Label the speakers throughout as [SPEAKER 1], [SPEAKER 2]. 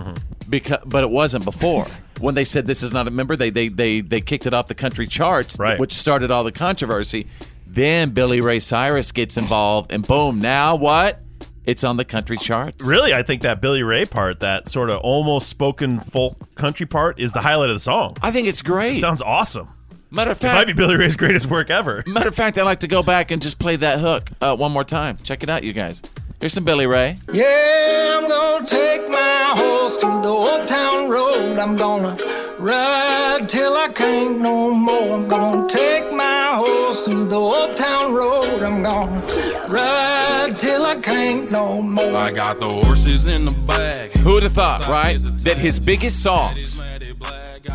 [SPEAKER 1] because but it wasn't before when they said this is not a member. They they they they kicked it off the country charts,
[SPEAKER 2] Right.
[SPEAKER 1] which started all the controversy. Then Billy Ray Cyrus gets involved, and boom! Now what? It's on the country charts.
[SPEAKER 2] really, I think that Billy Ray part, that sort of almost spoken folk country part, is the highlight of the song.
[SPEAKER 1] I think it's great.
[SPEAKER 2] Sounds awesome.
[SPEAKER 1] Matter of
[SPEAKER 2] It
[SPEAKER 1] fact,
[SPEAKER 2] might be Billy Ray's greatest work ever.
[SPEAKER 1] Matter of fact, I'd like to go back and just play that hook uh, one more time. Check it out, you guys. Here's some Billy Ray.
[SPEAKER 3] Yeah, I'm gonna take my horse to the old town road. I'm gonna ride till I can't no more. I'm gonna take my horse to the old town road. I'm gonna ride till I can't no more.
[SPEAKER 4] I got the horses in the back.
[SPEAKER 1] Who would have thought, right? That his biggest songs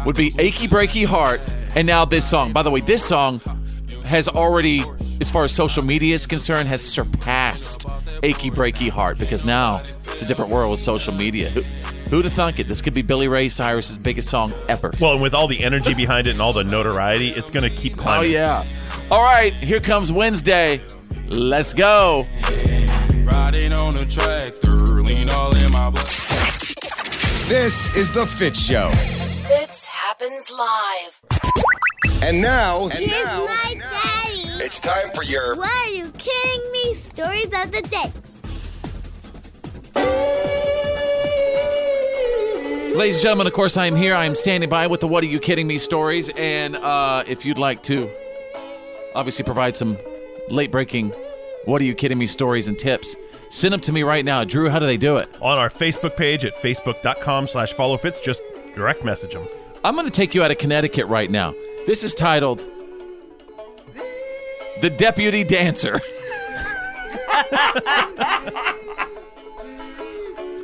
[SPEAKER 1] would be Achy Breaky Heart and now this song. By the way, this song has already, as far as social media is concerned, has surpassed Achy Breaky Heart because now it's a different world with social media. Who, who'd have thunk it? This could be Billy Ray Cyrus's biggest song ever.
[SPEAKER 2] Well, and with all the energy behind it and all the notoriety, it's going to keep
[SPEAKER 1] Oh,
[SPEAKER 2] climbing.
[SPEAKER 1] yeah. All right, here comes Wednesday. Let's go.
[SPEAKER 4] Riding on a tractor, lean all in my blood.
[SPEAKER 5] This is The Fit Show.
[SPEAKER 6] Fits happens live.
[SPEAKER 5] And now, and
[SPEAKER 7] Here's
[SPEAKER 5] now
[SPEAKER 7] my daddy.
[SPEAKER 5] it's time for your.
[SPEAKER 7] Why are you kidding me? Stories of the day.
[SPEAKER 1] Ladies and gentlemen, of course, I am here. I am standing by with the What Are You Kidding Me stories. And uh, if you'd like to obviously provide some late breaking What Are You Kidding Me stories and tips, send them to me right now. Drew, how do they do it?
[SPEAKER 2] On our Facebook page at facebook.com slash follow Fitz, just direct message him.
[SPEAKER 1] I'm going to take you out of Connecticut right now. This is titled The Deputy Dancer.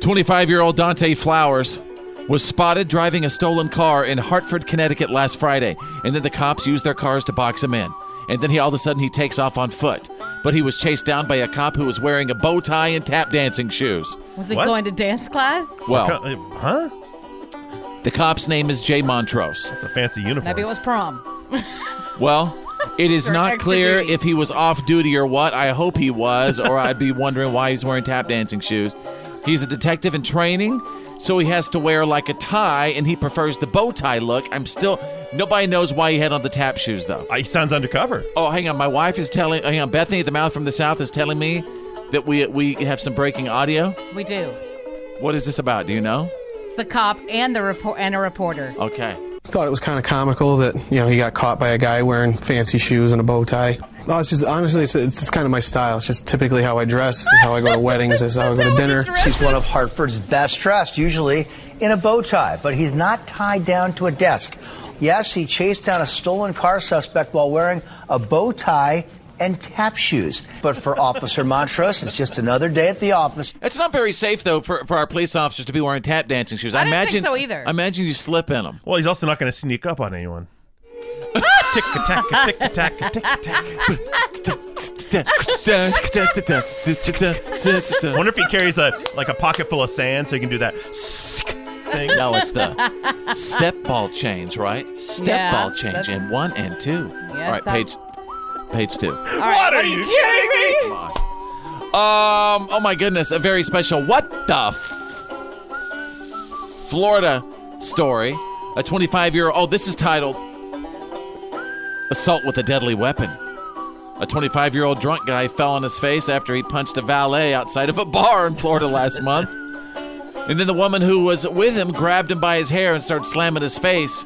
[SPEAKER 1] 25 year old Dante Flowers was spotted driving a stolen car in Hartford, Connecticut last Friday, and then the cops used their cars to box him in. And then he all of a sudden he takes off on foot, but he was chased down by a cop who was wearing a bow tie and tap dancing shoes.
[SPEAKER 8] Was he going to dance class?
[SPEAKER 1] Well,
[SPEAKER 2] huh?
[SPEAKER 1] The cop's name is Jay Montrose.
[SPEAKER 2] That's a fancy uniform.
[SPEAKER 8] Maybe it was prom.
[SPEAKER 1] Well, it is
[SPEAKER 8] Or
[SPEAKER 1] not
[SPEAKER 8] extra
[SPEAKER 1] clear if he was off duty or what. I hope he was, or I'd be wondering why he's wearing tap dancing shoes. He's a detective in training, so he has to wear like a tie, and he prefers the bow tie look. I'm still nobody knows why he had on the tap shoes though.
[SPEAKER 2] Ah, he sounds undercover.
[SPEAKER 1] Oh, hang on, my wife is telling. Hang on, Bethany at the mouth from the south is telling me that we we have some breaking audio.
[SPEAKER 8] We do.
[SPEAKER 1] What is this about? Do you know?
[SPEAKER 8] It's the cop and the report and a reporter.
[SPEAKER 1] Okay.
[SPEAKER 9] Thought it was kind of comical that you know he got caught by a guy wearing fancy shoes and a bow tie. No, it's just honestly, it's it's just kind of my style. It's just typically how I dress. This is how I go to weddings. This is how I go to dinner.
[SPEAKER 10] She's one of Hartford's best dressed, usually in a bow tie, but he's not tied down to a desk. Yes, he chased down a stolen car suspect while wearing a bow tie and tap shoes. But for Officer Montrose, it's just another day at the office.
[SPEAKER 1] It's not very safe though for, for our police officers to be wearing tap dancing shoes.
[SPEAKER 8] I didn't think
[SPEAKER 1] imagine
[SPEAKER 8] so either.
[SPEAKER 1] I imagine you slip in them.
[SPEAKER 2] Well, he's also not going to sneak up on anyone. tick attack, tick attack, tick attack. Wonder if he carries a like a pocket full of sand so he can do that thing.
[SPEAKER 1] No, it's the step ball change, right? Step
[SPEAKER 8] Yeah,
[SPEAKER 1] ball change
[SPEAKER 8] that's-
[SPEAKER 1] in one and two. All right,
[SPEAKER 8] that-
[SPEAKER 1] page page two.
[SPEAKER 8] All right, what, are you kidding me?
[SPEAKER 1] Um, oh my goodness, a very special what the f- Florida story. A 25 year old, oh, this is titled Assault with a Deadly Weapon. A 25 year old drunk guy fell on his face after he punched a valet outside of a bar in Florida last month. And then the woman who was with him grabbed him by his hair and started slamming his face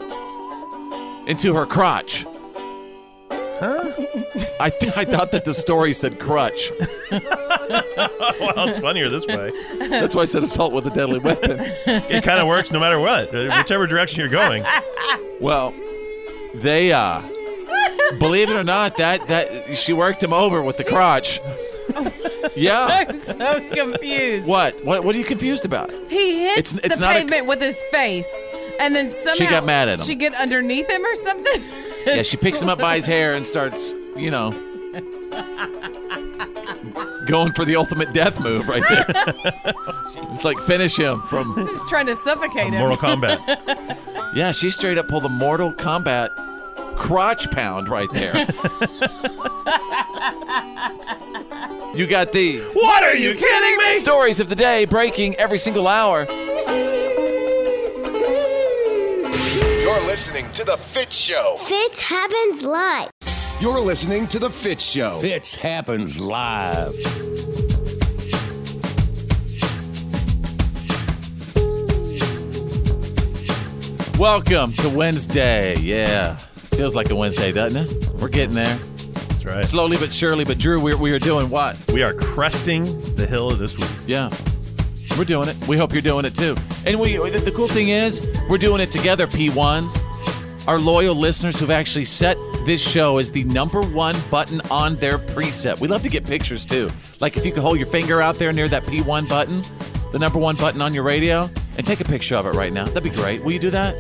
[SPEAKER 1] into her crotch. Huh? I, th- I thought that the story said crutch.
[SPEAKER 2] well, it's funnier this way.
[SPEAKER 1] That's why I said assault with a deadly weapon.
[SPEAKER 2] It kind of works no matter what, uh, whichever direction you're going.
[SPEAKER 1] Well, they uh believe it or not, that that she worked him over with the crotch. Yeah.
[SPEAKER 8] I'm so confused.
[SPEAKER 1] What? What what are you confused about?
[SPEAKER 8] He hit
[SPEAKER 1] It's- it's
[SPEAKER 8] the
[SPEAKER 1] not a-
[SPEAKER 8] pavement with his face, and then somehow
[SPEAKER 1] got mad at him.
[SPEAKER 8] She get underneath him or something.
[SPEAKER 1] Yeah, she picks him up by his hair and starts, you know, going for the ultimate death move right there. it's like finish him from
[SPEAKER 8] She's trying to suffocate him.
[SPEAKER 1] Mortal Yeah, she straight up pulled a Mortal Kombat crotch pound right there. you got the
[SPEAKER 2] What are you kidding me?
[SPEAKER 1] Stories of the day breaking every single hour.
[SPEAKER 5] You're listening to The Fit Show.
[SPEAKER 7] Fit happens live.
[SPEAKER 5] You're listening to The Fit Show. Fitch happens live.
[SPEAKER 1] Welcome to Wednesday. Yeah, feels like a Wednesday, doesn't it? We're getting there. That's
[SPEAKER 2] right.
[SPEAKER 1] Slowly but surely. But Drew, we we are doing what?
[SPEAKER 2] We are cresting the hill this week.
[SPEAKER 1] Yeah. We're doing it. We hope you're doing it too. And we the, the cool thing is, we're doing it together, P1s. Our loyal listeners who've actually set this show as the number one button on their preset. We love to get pictures too. Like if you could hold your finger out there near that P1 button, the number one button on your radio, and take a picture of it right now. That'd be great. Will you do that?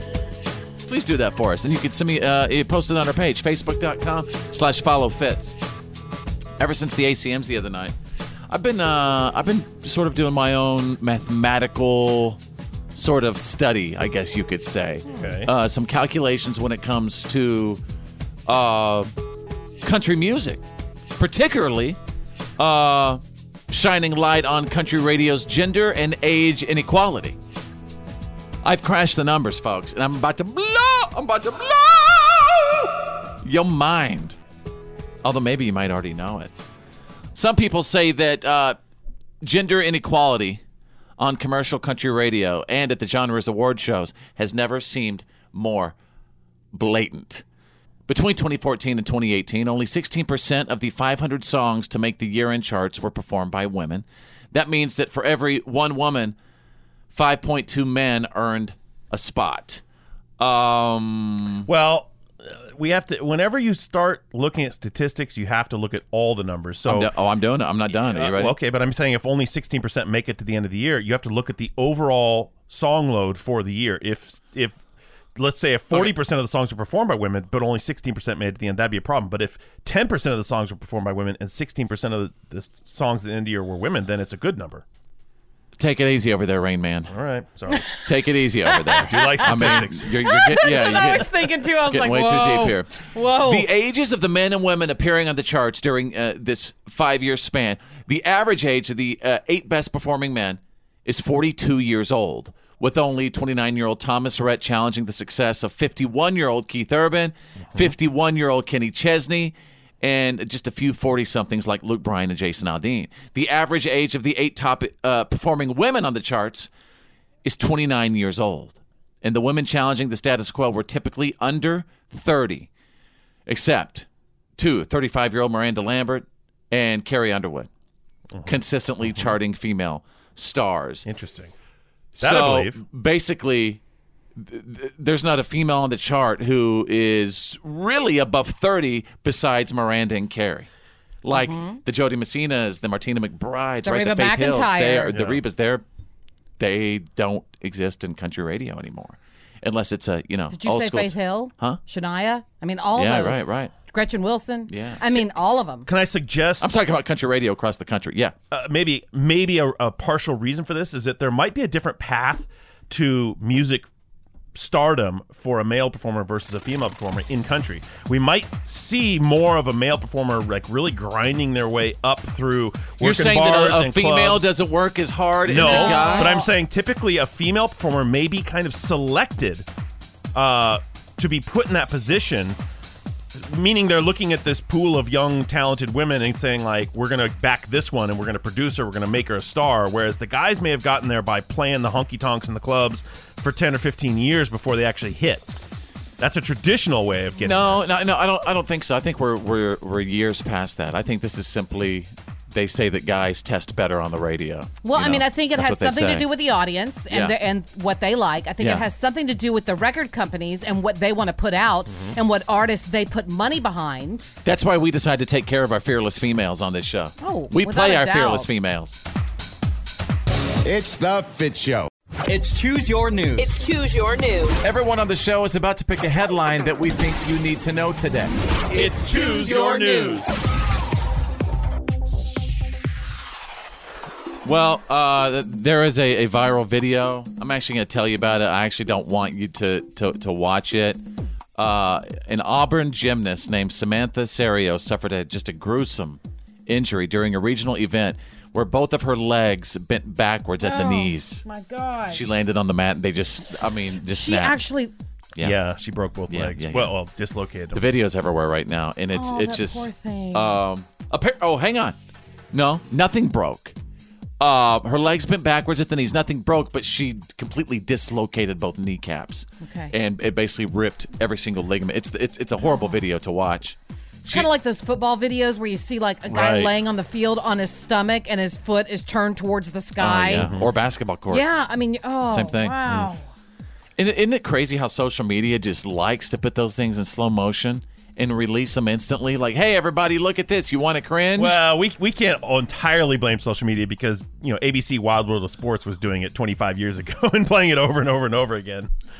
[SPEAKER 1] Please do that for us. And you can send me, uh, eh, post it on our page, facebook.com slash follow fits. Ever since the ACMs the other night, I've been uh, I've been sort of doing my own mathematical sort of study, I guess you could say.
[SPEAKER 2] Okay.
[SPEAKER 1] Uh, some calculations when it comes to uh, country music, particularly uh, shining light on country radio's gender and age inequality. I've crashed the numbers, folks, and I'm about to blow. I'm about to blow your mind. Although maybe you might already know it. Some people say that uh, gender inequality on commercial country radio and at the genre's award shows has never seemed more blatant. Between 2014 and 2018, only 16% of the 500 songs to make the year end charts were performed by women. That means that for every one woman, 5.2 men earned a spot. Um.
[SPEAKER 2] Well, we have to. Whenever you start looking at statistics, you have to look at all the numbers. So,
[SPEAKER 1] I'm do- oh, I'm doing it. I'm not done. Are you
[SPEAKER 2] Uh,
[SPEAKER 1] ready?
[SPEAKER 2] well, okay, but I'm saying if only 16% make it to the end of the year, you have to look at the overall song load for the year. If if let's say if 40% of the songs were performed by women, but only 16% made it to the end, that'd be a problem. But if 10% of the songs were performed by women and 16% of the, the s- songs at the end of the year were women, then it's a good number.
[SPEAKER 1] Take it easy over there, Rain Man. All
[SPEAKER 2] right, sorry.
[SPEAKER 1] Take it easy over there.
[SPEAKER 2] Do you like
[SPEAKER 1] I mean,
[SPEAKER 2] statistics?
[SPEAKER 1] you're, you're get- yeah,
[SPEAKER 8] That's what I
[SPEAKER 1] you're
[SPEAKER 8] was thinking too. I was
[SPEAKER 1] getting
[SPEAKER 8] like,
[SPEAKER 1] way
[SPEAKER 8] whoa,
[SPEAKER 1] too deep here.
[SPEAKER 8] Whoa.
[SPEAKER 1] The ages of the men and women appearing on the charts during uh, this five-year span. The average age of the uh, eight best-performing men is 42 years old, with only 29-year-old Thomas Rhett challenging the success of 51-year-old Keith Urban, 51-year-old Kenny Chesney. And just a few 40 somethings like Luke Bryan and Jason Aldean. The average age of the eight top uh, performing women on the charts is 29 years old, and the women challenging the status quo were typically under 30, except two 35 year old Miranda Lambert and Carrie Underwood, consistently charting female stars.
[SPEAKER 2] Interesting. That I
[SPEAKER 1] so
[SPEAKER 2] believe.
[SPEAKER 1] basically, th- th- there's not a female on the chart who is really above 30 besides Miranda and Carrie. Like
[SPEAKER 2] Mm-hmm.
[SPEAKER 8] Mhm.
[SPEAKER 1] the Jody Messinas, the Martina McBrides,
[SPEAKER 8] The
[SPEAKER 1] right? the
[SPEAKER 8] Reba
[SPEAKER 1] Faith Hills, they
[SPEAKER 8] McEntire.
[SPEAKER 1] are, the
[SPEAKER 8] Yeah.
[SPEAKER 1] Rebas, they're they don't exist in country radio anymore, unless it's a you know
[SPEAKER 8] Did you
[SPEAKER 1] old
[SPEAKER 8] say
[SPEAKER 1] school.
[SPEAKER 8] Faith Hill?
[SPEAKER 1] Huh?
[SPEAKER 8] Shania? I mean, all
[SPEAKER 1] Yeah,
[SPEAKER 8] those.
[SPEAKER 1] right, right.
[SPEAKER 8] Gretchen Wilson?
[SPEAKER 1] Yeah.
[SPEAKER 8] I mean, all of them.
[SPEAKER 2] Can I suggest?
[SPEAKER 1] I'm talking about country radio across the country. Yeah.
[SPEAKER 2] uh, maybe maybe a, a partial reason for this is that there might be a different path to music stardom for a male performer versus a female performer in country. We might see more of a male performer like really grinding their way up through.
[SPEAKER 1] You're
[SPEAKER 2] working
[SPEAKER 1] saying
[SPEAKER 2] bars
[SPEAKER 1] that a- a,
[SPEAKER 2] and
[SPEAKER 1] female
[SPEAKER 2] clubs.
[SPEAKER 1] doesn't work as hard
[SPEAKER 2] No,
[SPEAKER 1] as a guy?
[SPEAKER 2] but I'm saying typically a female performer may be kind of selected uh, to be put in that position, meaning they're looking at this pool of young, talented women and saying, like, we're going to back this one and we're going to produce her, we're going to make her a star. Whereas the guys may have gotten there by playing the honky tonks in the clubs for 10 or 15 years before they actually hit. That's a traditional way of getting.
[SPEAKER 1] No, no, no. I don't. I don't think so. I think we're we're we're years past that. I think this is simply they say that guys test better on the radio.
[SPEAKER 8] Well,
[SPEAKER 1] you
[SPEAKER 8] I mean,
[SPEAKER 1] know?
[SPEAKER 8] I think it
[SPEAKER 1] That's
[SPEAKER 8] has
[SPEAKER 1] what they
[SPEAKER 8] something to
[SPEAKER 1] say.
[SPEAKER 8] do with the audience and
[SPEAKER 1] Yeah.
[SPEAKER 8] the, and what they like. I think
[SPEAKER 1] Yeah.
[SPEAKER 8] it has something to do with the record companies and what they want to put out
[SPEAKER 1] Mhm.
[SPEAKER 8] and what artists they put money behind.
[SPEAKER 1] That's why we decided to take care of our fearless females on this show.
[SPEAKER 8] Oh,
[SPEAKER 1] we
[SPEAKER 8] without
[SPEAKER 1] play
[SPEAKER 8] a
[SPEAKER 1] our
[SPEAKER 8] doubt.
[SPEAKER 1] fearless females.
[SPEAKER 5] It's the Fit Show.
[SPEAKER 1] It's choose your news.
[SPEAKER 6] It's Choose Your News.
[SPEAKER 1] Everyone on the show is about to pick a headline that we think you need to know today.
[SPEAKER 2] It's
[SPEAKER 1] Choose Your News. Well, uh, th- there is a, a viral video. I'm actually going to tell you about it. I actually don't want you to to, to watch it. Uh, an Auburn gymnast named Samantha Serio suffered a, just a gruesome injury during a regional event where both of her legs bent backwards at the knees.
[SPEAKER 8] Oh, My God.
[SPEAKER 1] She landed on the mat and they just, I mean, just
[SPEAKER 8] She
[SPEAKER 1] snapped.
[SPEAKER 8] actually.
[SPEAKER 2] Yeah. she broke both
[SPEAKER 1] Yeah,
[SPEAKER 2] legs.
[SPEAKER 1] yeah, yeah.
[SPEAKER 2] Well, well, dislocated.
[SPEAKER 1] The video's everywhere right now, and it's
[SPEAKER 8] Oh,
[SPEAKER 1] it's
[SPEAKER 8] that
[SPEAKER 1] just
[SPEAKER 8] poor thing.
[SPEAKER 1] um appa- oh hang on, no nothing broke. Uh, her legs bent backwards at the knees. Nothing broke, but she completely dislocated both kneecaps,
[SPEAKER 8] Okay.
[SPEAKER 1] and it basically ripped every single ligament. It's it's it's a horrible video to watch.
[SPEAKER 8] It's kind of like those football videos where you see like a guy
[SPEAKER 1] Right.
[SPEAKER 8] laying on the field on his stomach and his foot is turned towards the
[SPEAKER 1] Uh,
[SPEAKER 8] sky.
[SPEAKER 1] yeah.
[SPEAKER 2] Mm-hmm.
[SPEAKER 1] or basketball court.
[SPEAKER 8] Yeah, I mean, oh,
[SPEAKER 1] Same thing. Mm.
[SPEAKER 8] Wow.
[SPEAKER 1] And isn't it crazy how social media just likes to put those things in slow motion and release them instantly? Like, hey, everybody, look at this. You want to cringe?
[SPEAKER 2] Well, we we can't entirely blame social media because you know ABC Wild World of Sports was doing it 25 years ago and playing it over and over and over again.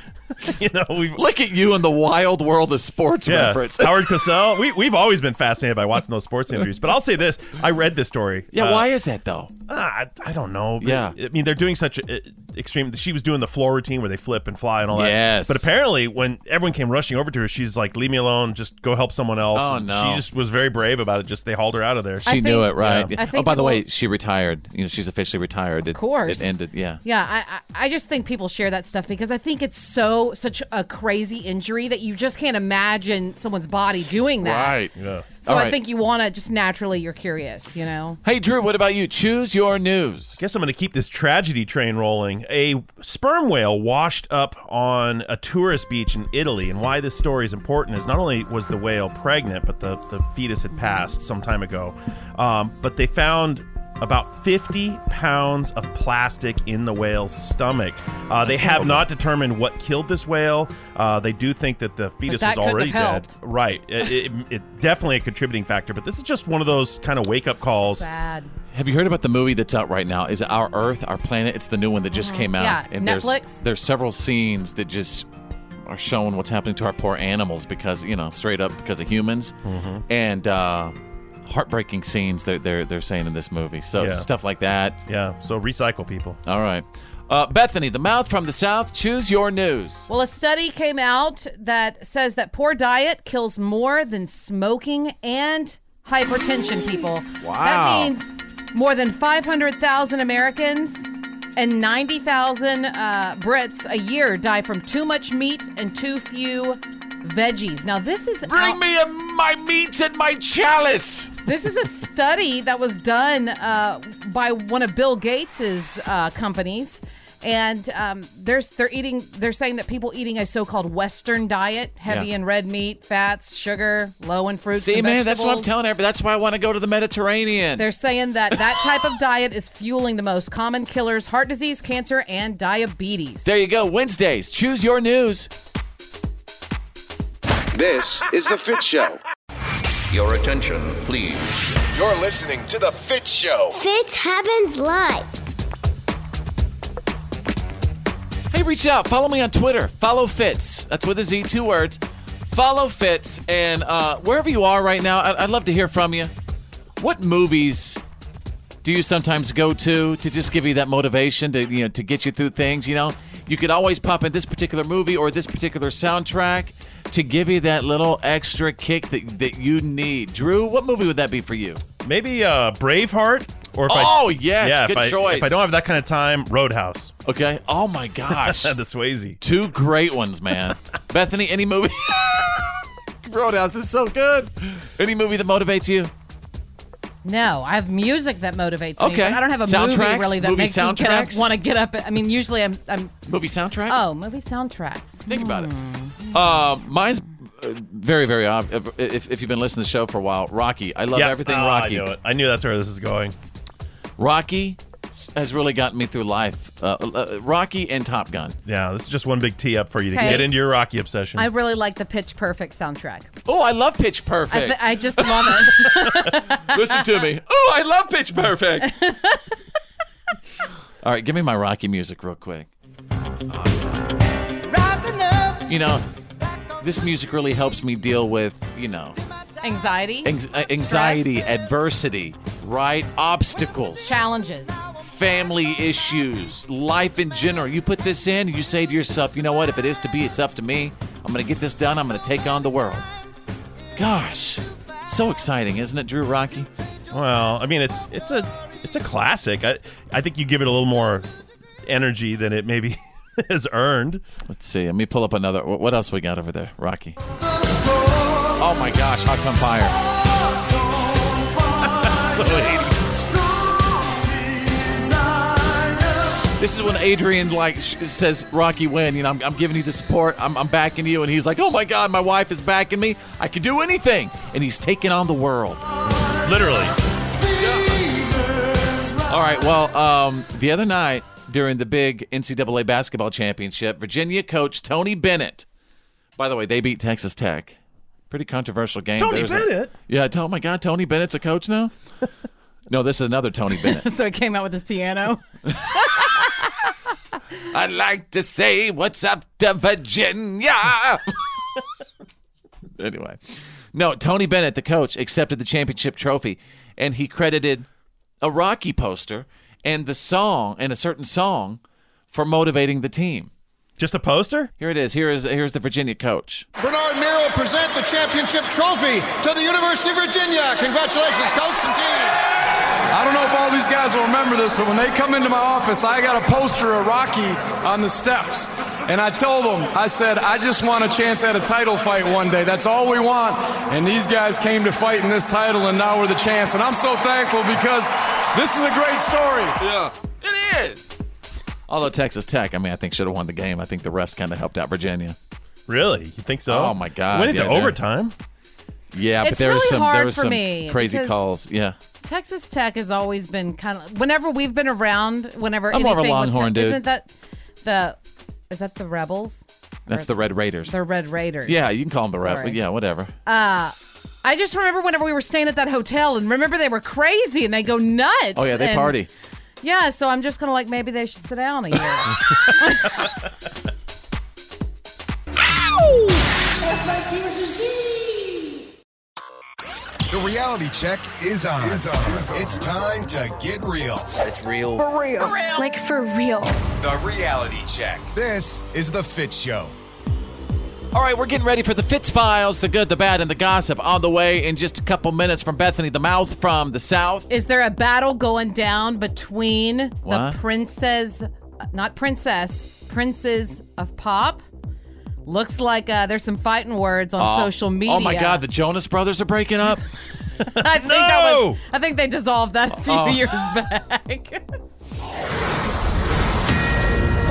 [SPEAKER 2] you know, we
[SPEAKER 1] look at you in the Wild World of Sports reference.
[SPEAKER 2] Howard Cosell. We we've always been fascinated by watching those sports interviews. But I'll say this: I read this story.
[SPEAKER 1] yeah,
[SPEAKER 2] Uh,
[SPEAKER 1] why is that though?
[SPEAKER 2] Ah, I, I don't know.
[SPEAKER 1] Yeah.
[SPEAKER 2] I mean, they're doing such a, uh, extreme. She was doing the floor routine where they flip and fly and all that.
[SPEAKER 1] Yes.
[SPEAKER 2] But apparently, when everyone came rushing over to her, she's like, "Leave me alone. Just go help someone else."
[SPEAKER 1] Oh,
[SPEAKER 2] And
[SPEAKER 1] no.
[SPEAKER 2] She just was very brave about it. Just they hauled her out of there.
[SPEAKER 1] She knew it, right?
[SPEAKER 2] Yeah.
[SPEAKER 1] Oh, by the way, she retired. You know, she's officially retired. It, of
[SPEAKER 8] course.
[SPEAKER 1] it ended. Yeah.
[SPEAKER 8] Yeah, I, I I just think people share that stuff because I think it's so such a crazy injury that you just can't imagine someone's body doing that.
[SPEAKER 1] Right. Yeah.
[SPEAKER 8] So I think you want to just naturally you're curious, you know.
[SPEAKER 1] Hey, Drew, what about you? Choose your news.
[SPEAKER 2] Guess I'm going to keep this tragedy train rolling. A sperm whale washed up on a tourist beach in Italy. And why this story is important is not only was the whale pregnant, but the, the fetus had passed some time ago. Um, but they found about 50 pounds of plastic in the whale's stomach. Uh, they
[SPEAKER 11] That's
[SPEAKER 2] have
[SPEAKER 11] horrible.
[SPEAKER 2] not determined what killed this whale. Uh, they do think that the fetus
[SPEAKER 11] that
[SPEAKER 2] was
[SPEAKER 11] couldn't
[SPEAKER 2] already
[SPEAKER 11] have
[SPEAKER 2] dead.
[SPEAKER 11] helped.
[SPEAKER 2] Right. It, it, it definitely a contributing factor, but this is just one of those kind of wake up calls.
[SPEAKER 8] Sad.
[SPEAKER 1] Have you heard about the movie that's out right now? Is it Our Earth, Our Planet? It's the new one that just came out.
[SPEAKER 8] Yeah,
[SPEAKER 1] there's-
[SPEAKER 8] Netflix.
[SPEAKER 1] There's, several scenes that just are showing what's happening to our poor animals because you know, straight up because of humans, and uh, heartbreaking scenes that they're they're saying in this movie. So
[SPEAKER 2] Yeah.
[SPEAKER 1] stuff like that.
[SPEAKER 2] Yeah. So recycle people.
[SPEAKER 1] All right, uh, Bethany, the mouth from the south. Choose your news.
[SPEAKER 8] Well, a study came out that says that poor diet kills more than smoking and hypertension people.
[SPEAKER 1] Wow.
[SPEAKER 8] That means more than 500,000 Americans and 90,000 uh, Brits a year die from too much meat and too few veggies. Now, this is. Bring
[SPEAKER 1] me a, my meats and my chalice!
[SPEAKER 8] This is a study that was done uh, by one of Bill Gates's uh, companies, and um, they're they're eating. They're saying that people eating a so-called Western diet, heavy
[SPEAKER 1] Yeah.
[SPEAKER 8] in red meat, fats, sugar, low in fruits.
[SPEAKER 1] See,
[SPEAKER 8] and
[SPEAKER 1] man, that's what I'm
[SPEAKER 8] vegetables.
[SPEAKER 1] telling everybody. That's why I want to go to the Mediterranean.
[SPEAKER 8] They're saying that that type of diet is fueling the most common killers: heart disease, cancer, and diabetes.
[SPEAKER 1] there you go. Wednesdays, choose your news.
[SPEAKER 5] This is The Fit Show. Your attention, please. You're listening to The Fit Show.
[SPEAKER 7] Fits happens live.
[SPEAKER 1] Hey, reach out. Follow me on Twitter. Follow Fitz. That's with a Z, two words. Follow Fitz. And uh, wherever you are right now, I- I'd love to hear from you. What movies do you sometimes go to to just give you that motivation to you know to get you through things? You know, you could always pop in this particular movie or this particular soundtrack to give you that little extra kick that, that you need. Drew, what movie would that be for you?
[SPEAKER 2] Maybe uh, Braveheart, or if I,
[SPEAKER 1] Oh, yes,
[SPEAKER 2] yeah, if
[SPEAKER 1] good
[SPEAKER 2] I-
[SPEAKER 1] choice.
[SPEAKER 2] If I don't have that kind of time, Roadhouse.
[SPEAKER 1] Okay. Oh my gosh,
[SPEAKER 2] the Swayze.
[SPEAKER 1] Two great ones, man. Bethany, any movie? Roadhouse is so good. Any movie that motivates you?
[SPEAKER 8] No, I have music that motivates me.
[SPEAKER 1] Okay.
[SPEAKER 8] but I don't have a
[SPEAKER 1] Soundtracks?
[SPEAKER 8] movie really that
[SPEAKER 1] Movie
[SPEAKER 8] makes me get up,
[SPEAKER 1] soundtracks?
[SPEAKER 8] want to get up. I mean, usually I'm. I'm
[SPEAKER 1] Movie soundtrack?
[SPEAKER 8] oh, Hmm. movie soundtracks.
[SPEAKER 1] Think about it. Uh, mine's uh, very, very obvious. If, if you've been listening to the show for a while, Rocky. I love
[SPEAKER 2] Yeah.
[SPEAKER 1] everything
[SPEAKER 2] Ah,
[SPEAKER 1] Rocky.
[SPEAKER 2] I knew it. I knew that's where this is going.
[SPEAKER 1] Rocky s- has really gotten me through life. Uh, uh, Rocky and Top Gun.
[SPEAKER 2] Yeah, this is just one big tee up for you to
[SPEAKER 8] Okay.
[SPEAKER 2] get into your Rocky obsession.
[SPEAKER 8] I really like the Pitch Perfect soundtrack.
[SPEAKER 1] oh, I love Pitch
[SPEAKER 8] I,
[SPEAKER 1] Perfect.
[SPEAKER 8] th- I just love it.
[SPEAKER 1] Listen to me. Oh, I love Pitch Perfect. All right, give me my Rocky music real quick.
[SPEAKER 3] Rising up.
[SPEAKER 1] You know, this music really helps me deal with, you know,
[SPEAKER 8] Anxiety,
[SPEAKER 1] anx- uh, anxiety, adversity, right? Obstacles.
[SPEAKER 8] challenges.
[SPEAKER 1] family issues, life in general. You put this in, you say to yourself, you know what? If it is to be, it's up to me. I'm going to get this done. I'm going to take on the world. Gosh, so exciting, isn't it, Drew Rocky?
[SPEAKER 2] well, I mean, it's it's a it's a classic. I I think you give it a little more energy than it maybe has earned.
[SPEAKER 1] Let's see. Let me pull up another. wh- What else we got over there, Rocky? Oh my gosh, Hearts on Fire. This is when Adrian like sh- says, "Rocky, win." You know, I'm, I'm giving you the support. I'm, I'm backing you, and he's like, "Oh my God, my wife is backing me. I can do anything." And he's taking on the world.
[SPEAKER 2] Literally.
[SPEAKER 1] All right. Well, um, the other night during the big NCAA basketball championship, Virginia coach Tony Bennett. By the way, they beat Texas Tech. Pretty controversial game.
[SPEAKER 2] Tony
[SPEAKER 1] There's a-
[SPEAKER 2] Bennett?
[SPEAKER 1] yeah. t- Oh my God, Tony Bennett's a coach now. no, this is another Tony Bennett.
[SPEAKER 8] so he came out with his piano.
[SPEAKER 1] I'd like to say what's up to Virginia. anyway, no, Tony Bennett, the coach, accepted the championship trophy and he credited a Rocky poster and the song and a certain song for motivating the team.
[SPEAKER 2] Just a poster?
[SPEAKER 1] Here it is. Here is here's the Virginia coach.
[SPEAKER 12] Bernard Muir will present the championship trophy to the University of Virginia. Congratulations, coach and team.
[SPEAKER 13] I don't know if all these guys will remember this, but when they come into my office, I got a poster of Rocky on the steps. And I told them, I said, I just want a chance at a title fight one day. That's all we want. And these guys came to fight in this title, and now we're the champs. And I'm so thankful because this is a great story.
[SPEAKER 1] Yeah, it is. Although Texas Tech, I mean, I think should have won the game. I think the refs kind of helped out Virginia.
[SPEAKER 2] Really? You think so?
[SPEAKER 1] Oh my God!
[SPEAKER 2] Went into
[SPEAKER 1] yeah, they're-
[SPEAKER 2] overtime.
[SPEAKER 1] Yeah, but
[SPEAKER 8] It's
[SPEAKER 1] there was
[SPEAKER 8] really
[SPEAKER 1] some
[SPEAKER 8] hard
[SPEAKER 1] there was
[SPEAKER 8] for
[SPEAKER 1] some
[SPEAKER 8] me
[SPEAKER 1] crazy
[SPEAKER 8] because-
[SPEAKER 1] calls. Yeah.
[SPEAKER 8] Texas Tech has always been kind of. Whenever we've been around, whenever
[SPEAKER 1] I'm more of a
[SPEAKER 8] anything with
[SPEAKER 1] Longhorn
[SPEAKER 8] Tech-
[SPEAKER 1] dude.
[SPEAKER 8] Isn't that the? Is that the Rebels?
[SPEAKER 1] That's the Red Raiders.
[SPEAKER 8] The Red Raiders.
[SPEAKER 1] Yeah, you can call them the Red.
[SPEAKER 8] Sorry.
[SPEAKER 1] Yeah, whatever.
[SPEAKER 8] Uh, I just remember whenever we were staying at that hotel, and remember they were crazy and they go nuts.
[SPEAKER 1] Oh yeah, they
[SPEAKER 8] and-
[SPEAKER 1] party.
[SPEAKER 8] Yeah, so I'm just kind of like maybe they should sit down a year.
[SPEAKER 5] The reality check is on. It's, time to get real. It's real.
[SPEAKER 11] Like for real.
[SPEAKER 5] The reality check. This is The Fit Show.
[SPEAKER 1] All right, we're getting ready for the Fitz Files, the good, the bad, and the gossip on the way in just a couple minutes from Bethany, the mouth from the south.
[SPEAKER 8] Is there a battle going down between
[SPEAKER 1] What?
[SPEAKER 8] the princess, not princess, princes of pop? Looks like uh, there's some fighting words on
[SPEAKER 1] Oh,
[SPEAKER 8] social media.
[SPEAKER 1] Oh my God, the Jonas Brothers are breaking up.
[SPEAKER 8] I think that was, I think they dissolved that a few
[SPEAKER 1] Oh.
[SPEAKER 8] years back.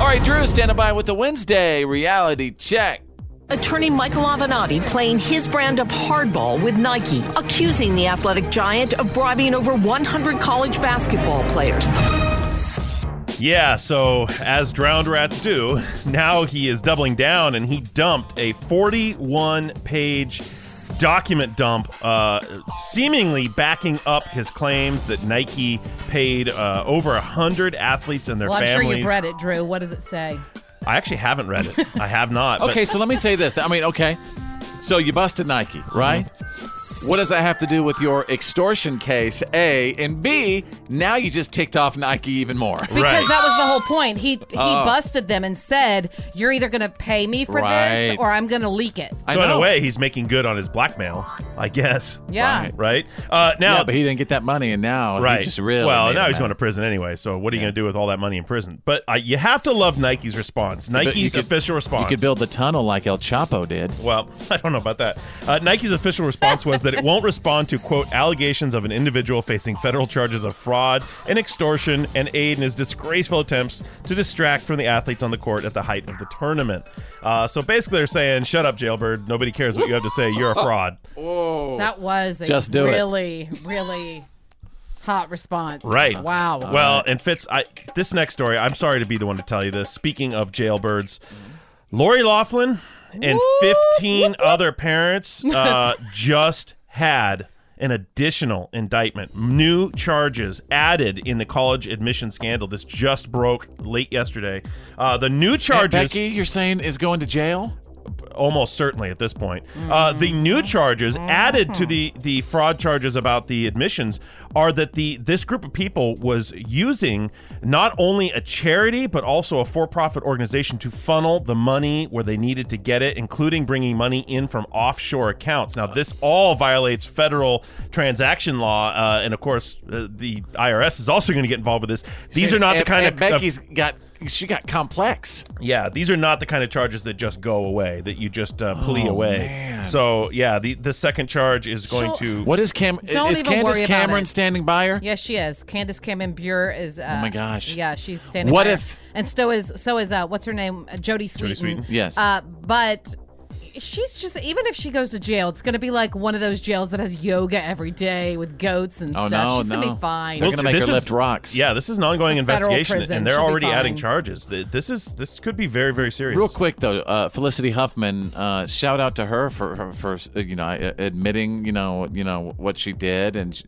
[SPEAKER 1] All right, Drew, standing by with the Wednesday reality check.
[SPEAKER 14] Attorney Michael Avenatti playing his brand of hardball with Nike, accusing the athletic giant of bribing over 100 college basketball players.
[SPEAKER 2] Yeah, so as drowned rats do, now he is doubling down and he dumped a 41 page document dump, uh, seemingly backing up his claims that Nike paid uh, over 100 athletes and their
[SPEAKER 8] well, I'm
[SPEAKER 2] families.
[SPEAKER 8] sure you've read it, Drew. What does it say?
[SPEAKER 2] I actually haven't read it. I have not. but-
[SPEAKER 1] Okay, so let me say this. I mean, okay, so you busted Nike, right?
[SPEAKER 2] Mm-hmm.
[SPEAKER 1] What does that have to do with your extortion case? A and B. Now you just ticked off Nike even more.
[SPEAKER 8] Because that was the whole point. He he
[SPEAKER 1] Oh.
[SPEAKER 8] busted them and said, "You're either going to pay me for
[SPEAKER 2] Right.
[SPEAKER 8] this, or I'm going to leak it."
[SPEAKER 2] so in a way, he's making good on his blackmail, I guess.
[SPEAKER 8] Yeah.
[SPEAKER 2] Right. Uh, now,
[SPEAKER 1] Yeah, but he didn't get that money, and now
[SPEAKER 2] right.
[SPEAKER 1] he just really.
[SPEAKER 2] well,
[SPEAKER 1] made
[SPEAKER 2] now
[SPEAKER 1] it
[SPEAKER 2] he's
[SPEAKER 1] matter.
[SPEAKER 2] going to prison anyway. So what are you going to do with all that money in prison? But uh, you have to love Nike's response.
[SPEAKER 1] You could-
[SPEAKER 2] Nike's
[SPEAKER 1] you could-
[SPEAKER 2] official response.
[SPEAKER 1] You could build the tunnel like El Chapo did.
[SPEAKER 2] Well, I don't know about that. Uh, Nike's official response was that it won't respond to, quote, allegations of an individual facing federal charges of fraud and extortion and aid in his disgraceful attempts to distract from the athletes on the court at the height of the tournament. Uh, so basically, they're saying, shut up, jailbird. Nobody cares what you have to say. You're a fraud.
[SPEAKER 1] Whoa.
[SPEAKER 8] That was a
[SPEAKER 2] Just do it.
[SPEAKER 8] really, really hot response.
[SPEAKER 2] Right.
[SPEAKER 8] Wow.
[SPEAKER 2] Well, and Fitz, I, this next story, I'm sorry to be the one to tell you this. Speaking of jailbirds, Lori Laughlin and 15 other parents uh, just had an additional indictment, new charges added in the college admission scandal. This just broke late yesterday. Uh, the new charges.
[SPEAKER 1] Becky, you're saying is going to jail?
[SPEAKER 2] Almost certainly at this point. Uh, the new charges added to the the fraud charges about the admissions are that the this group of people was using not only a charity but also a for profit organization to funnel the money where they needed to get it, including bringing money in from offshore accounts. Now this all violates federal transaction law, uh, and of course uh, the IRS is also going to get involved with this. These
[SPEAKER 1] See,
[SPEAKER 2] are not the
[SPEAKER 1] Aunt-
[SPEAKER 2] kind
[SPEAKER 1] Aunt
[SPEAKER 2] of
[SPEAKER 1] Becky's got. She got complex.
[SPEAKER 2] yeah, these are not the kind of charges that just go away, that you just uh, plea
[SPEAKER 1] Oh,
[SPEAKER 2] away.
[SPEAKER 1] man.
[SPEAKER 2] So yeah, the the second charge is going
[SPEAKER 8] She'll-
[SPEAKER 2] to
[SPEAKER 1] What is Cam?
[SPEAKER 8] Don't
[SPEAKER 1] is
[SPEAKER 8] even
[SPEAKER 1] Candace
[SPEAKER 8] worry about
[SPEAKER 1] Cameron
[SPEAKER 8] it.
[SPEAKER 1] standing by her?
[SPEAKER 8] Yes, she is. Candace Cameron Bure is. Uh,
[SPEAKER 1] Oh my gosh.
[SPEAKER 8] Yeah, she's standing.
[SPEAKER 1] What
[SPEAKER 8] by her.
[SPEAKER 1] if-
[SPEAKER 8] And so is so is uh, what's her name? Uh, Jody Sweeten.
[SPEAKER 1] Sweetin, yes.
[SPEAKER 8] Uh, but she's just even if she goes to jail, it's going to be like one of those jails that has yoga every day with goats and
[SPEAKER 2] Oh,
[SPEAKER 8] stuff.
[SPEAKER 2] no,
[SPEAKER 8] she's
[SPEAKER 2] no.
[SPEAKER 8] gonna be fine.
[SPEAKER 2] We'll see. This is-
[SPEAKER 1] rocks.
[SPEAKER 2] Yeah, this is an ongoing
[SPEAKER 8] It's a federal
[SPEAKER 2] investigation,
[SPEAKER 8] prison.
[SPEAKER 2] and they're
[SPEAKER 8] She'll be
[SPEAKER 2] already adding
[SPEAKER 8] fine.
[SPEAKER 2] charges. Th- This is this could be very very serious.
[SPEAKER 1] Real quick though, uh, Felicity Huffman. Uh, shout out to her for for, for uh, you know uh, admitting you know you know what she did, and she,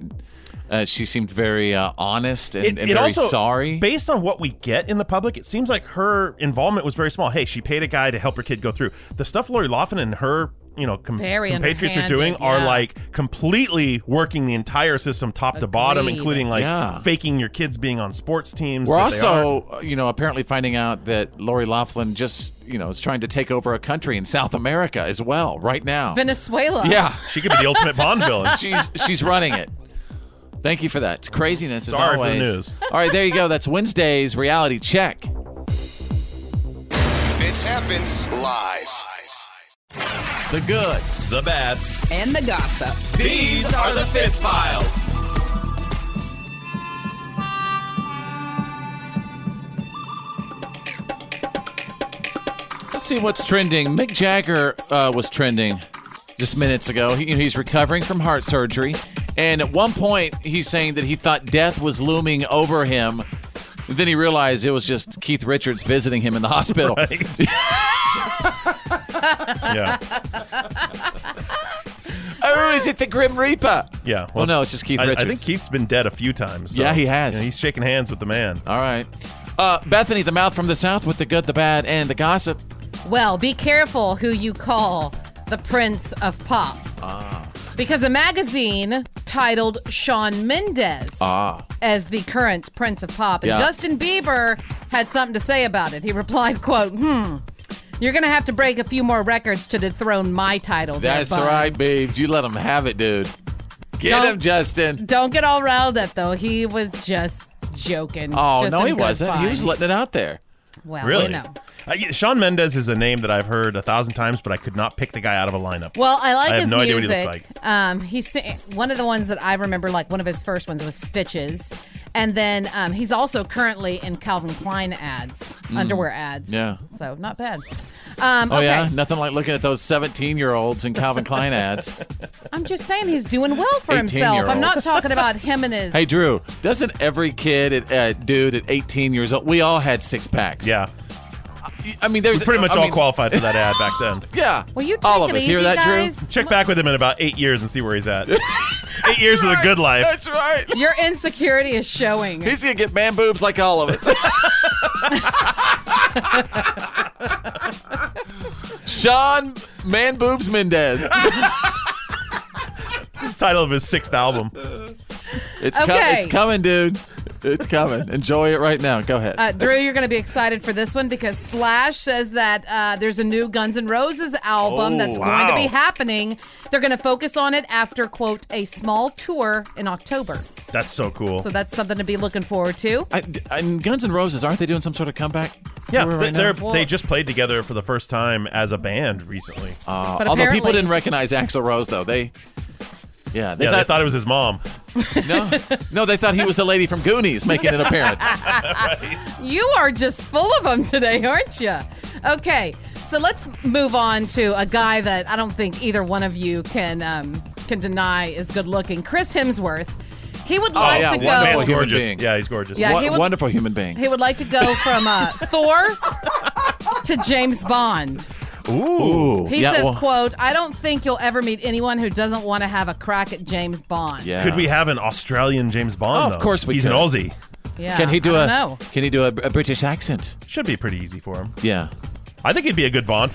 [SPEAKER 1] uh, she seemed very uh, honest and, and very sorry.
[SPEAKER 2] Based on what we get in the public, it seems like her involvement was very small. Hey, she paid a guy to help her kid go through the stuff. Lori Laughlin and her, you know, com-
[SPEAKER 8] Very
[SPEAKER 2] compatriots are doing
[SPEAKER 8] underhanded,
[SPEAKER 2] are
[SPEAKER 8] yeah.
[SPEAKER 2] like completely working the entire system top to bottom,
[SPEAKER 1] Agreed.
[SPEAKER 2] including like
[SPEAKER 1] Yeah.
[SPEAKER 2] faking your kids being on sports teams.
[SPEAKER 1] We're
[SPEAKER 2] that they aren't.
[SPEAKER 1] also, uh, you know, apparently finding out that Lori Laughlin just, you know, is trying to take over a country in South America as well right now.
[SPEAKER 8] Venezuela.
[SPEAKER 1] Yeah,
[SPEAKER 2] she could be the ultimate Bond villain.
[SPEAKER 1] she's she's running it. Thank you for that. It's craziness as
[SPEAKER 2] Sorry for the
[SPEAKER 1] always.
[SPEAKER 2] news.
[SPEAKER 1] All right, there you go. That's Wednesday's reality check.
[SPEAKER 5] It happens live.
[SPEAKER 1] The good,
[SPEAKER 2] the bad,
[SPEAKER 15] and the gossip.
[SPEAKER 5] These are the Fitz
[SPEAKER 1] Files. Let's see what's trending. Mick Jagger uh, was trending just minutes ago. He, he's recovering from heart surgery, And at one point, he's saying that he thought death was looming over him. Then he realized it was just Keith Richards visiting him in the hospital.
[SPEAKER 2] Yeah.
[SPEAKER 1] oh, is it the Grim Reaper?
[SPEAKER 2] Yeah.
[SPEAKER 1] Well, no, it's just Keith
[SPEAKER 2] I, I think
[SPEAKER 1] Richards.
[SPEAKER 2] Keith's been dead a few times. so,
[SPEAKER 1] Yeah, he has.
[SPEAKER 2] you know, he's shaking hands with the man.
[SPEAKER 1] All right. Uh, Bethany, the mouth from the south with the good, the bad, and the gossip.
[SPEAKER 8] Well, be careful who you call the Prince of Pop.
[SPEAKER 1] Ah.
[SPEAKER 8] Because a magazine titled Sean Mendez
[SPEAKER 1] Ah.
[SPEAKER 8] as the current Prince of Pop, and
[SPEAKER 1] Yeah.
[SPEAKER 8] Justin Bieber had something to say about it. He replied, quote, hmm, you're going to have to break a few more records to dethrone my title. there,
[SPEAKER 1] That's
[SPEAKER 8] bud."
[SPEAKER 1] right, babes. You let him have it, dude. Get
[SPEAKER 8] Don't-
[SPEAKER 1] him, Justin.
[SPEAKER 8] Don't get all riled up, though. He was just joking.
[SPEAKER 1] Oh,
[SPEAKER 8] Just
[SPEAKER 1] no,
[SPEAKER 8] in
[SPEAKER 1] he
[SPEAKER 8] good
[SPEAKER 1] wasn't. He
[SPEAKER 8] fun.
[SPEAKER 1] was letting it out there.
[SPEAKER 8] Well,
[SPEAKER 2] really?
[SPEAKER 8] you know.
[SPEAKER 2] I- yeah, Sean Mendez is a name that I've heard a thousand times, but I could not pick the guy out of a lineup.
[SPEAKER 8] Well, I like
[SPEAKER 2] I have
[SPEAKER 8] his
[SPEAKER 2] no idea
[SPEAKER 8] music.
[SPEAKER 2] what he looks like.
[SPEAKER 8] Um, he's sing- one of the ones that I remember. Like one of his first ones was Stitches, and then um, he's also currently in Calvin Klein ads,
[SPEAKER 1] Mm.
[SPEAKER 8] underwear ads.
[SPEAKER 1] Yeah.
[SPEAKER 8] So not bad. Um,
[SPEAKER 1] Oh,
[SPEAKER 8] okay.
[SPEAKER 1] yeah? Nothing like looking at those 17 year olds in Calvin Klein ads.
[SPEAKER 8] I'm just saying he's doing well for himself. I'm not
[SPEAKER 1] 18-year-olds.
[SPEAKER 8] talking about him and his.
[SPEAKER 1] Hey, Drew, doesn't every kid, at, uh, dude, at 18 years old, we all had six packs?
[SPEAKER 2] Yeah.
[SPEAKER 1] I mean, there's
[SPEAKER 2] We pretty much
[SPEAKER 1] I
[SPEAKER 2] all
[SPEAKER 1] mean-
[SPEAKER 2] qualified for that ad back then.
[SPEAKER 1] Yeah.
[SPEAKER 8] Well, you
[SPEAKER 1] all
[SPEAKER 8] take
[SPEAKER 1] of
[SPEAKER 8] it
[SPEAKER 1] us hear
[SPEAKER 8] easy,
[SPEAKER 1] that,
[SPEAKER 8] guys.
[SPEAKER 1] Drew?
[SPEAKER 2] Check back with him in about eight years and see where he's at. eight years of the good life.
[SPEAKER 1] That's right.
[SPEAKER 8] Your insecurity is showing.
[SPEAKER 1] He's going to get man boobs like all of us. Sean Man Boobs Mendez.
[SPEAKER 2] Title of his sixth album.
[SPEAKER 1] It's, com-
[SPEAKER 8] Okay.
[SPEAKER 1] it's coming, dude. It's coming. Enjoy it right now. Go ahead.
[SPEAKER 8] Uh, Drew, you're going to be excited for this one because Slash says that uh, there's a new Guns N' Roses album
[SPEAKER 1] Oh,
[SPEAKER 8] that's going to
[SPEAKER 1] wow.
[SPEAKER 8] be happening. They're going to focus on it after, quote, a small tour in October.
[SPEAKER 2] That's so cool.
[SPEAKER 8] So that's something to be looking forward to.
[SPEAKER 1] I, and Guns N' Roses, aren't they doing some sort of comeback?
[SPEAKER 2] yeah,
[SPEAKER 1] tour
[SPEAKER 2] they,
[SPEAKER 1] right
[SPEAKER 2] they're,
[SPEAKER 1] now?
[SPEAKER 2] they just played together for the first time as a band recently.
[SPEAKER 1] Uh,
[SPEAKER 8] But
[SPEAKER 1] although people
[SPEAKER 8] apparently-
[SPEAKER 1] didn't recognize Axl Rose, though they, yeah,
[SPEAKER 2] Yeah, they thought it was his mom.
[SPEAKER 1] No, no, they thought he was the lady from Goonies making an appearance.
[SPEAKER 8] You are just full of them today, aren't you? Okay, so let's move on to a guy that I don't think either one of you can um, can deny is good looking. Chris Hemsworth. He
[SPEAKER 1] Oh,
[SPEAKER 8] would like to go.
[SPEAKER 1] wonderful
[SPEAKER 2] Man's
[SPEAKER 1] human
[SPEAKER 2] gorgeous.
[SPEAKER 1] being.
[SPEAKER 2] Yeah, he's gorgeous.
[SPEAKER 8] Yeah,
[SPEAKER 1] Wo-
[SPEAKER 8] he would-
[SPEAKER 1] wonderful human being.
[SPEAKER 8] He would like to go from uh, Thor to James Bond.
[SPEAKER 1] Ooh,
[SPEAKER 8] He
[SPEAKER 1] yeah,
[SPEAKER 8] says,
[SPEAKER 1] well,
[SPEAKER 8] "quote I don't think you'll ever meet anyone who doesn't want to have a crack at James Bond."
[SPEAKER 1] Yeah.
[SPEAKER 2] Could we have an Australian James Bond?
[SPEAKER 1] Oh, of
[SPEAKER 2] though?
[SPEAKER 1] course we
[SPEAKER 2] He's an
[SPEAKER 1] could.
[SPEAKER 2] Aussie.
[SPEAKER 8] Yeah,
[SPEAKER 1] can he do
[SPEAKER 8] I
[SPEAKER 1] a?
[SPEAKER 8] don't know.
[SPEAKER 1] Can he do a, a British accent?
[SPEAKER 2] Should be pretty easy for him.
[SPEAKER 1] Yeah.
[SPEAKER 2] I think he'd be a good Bond.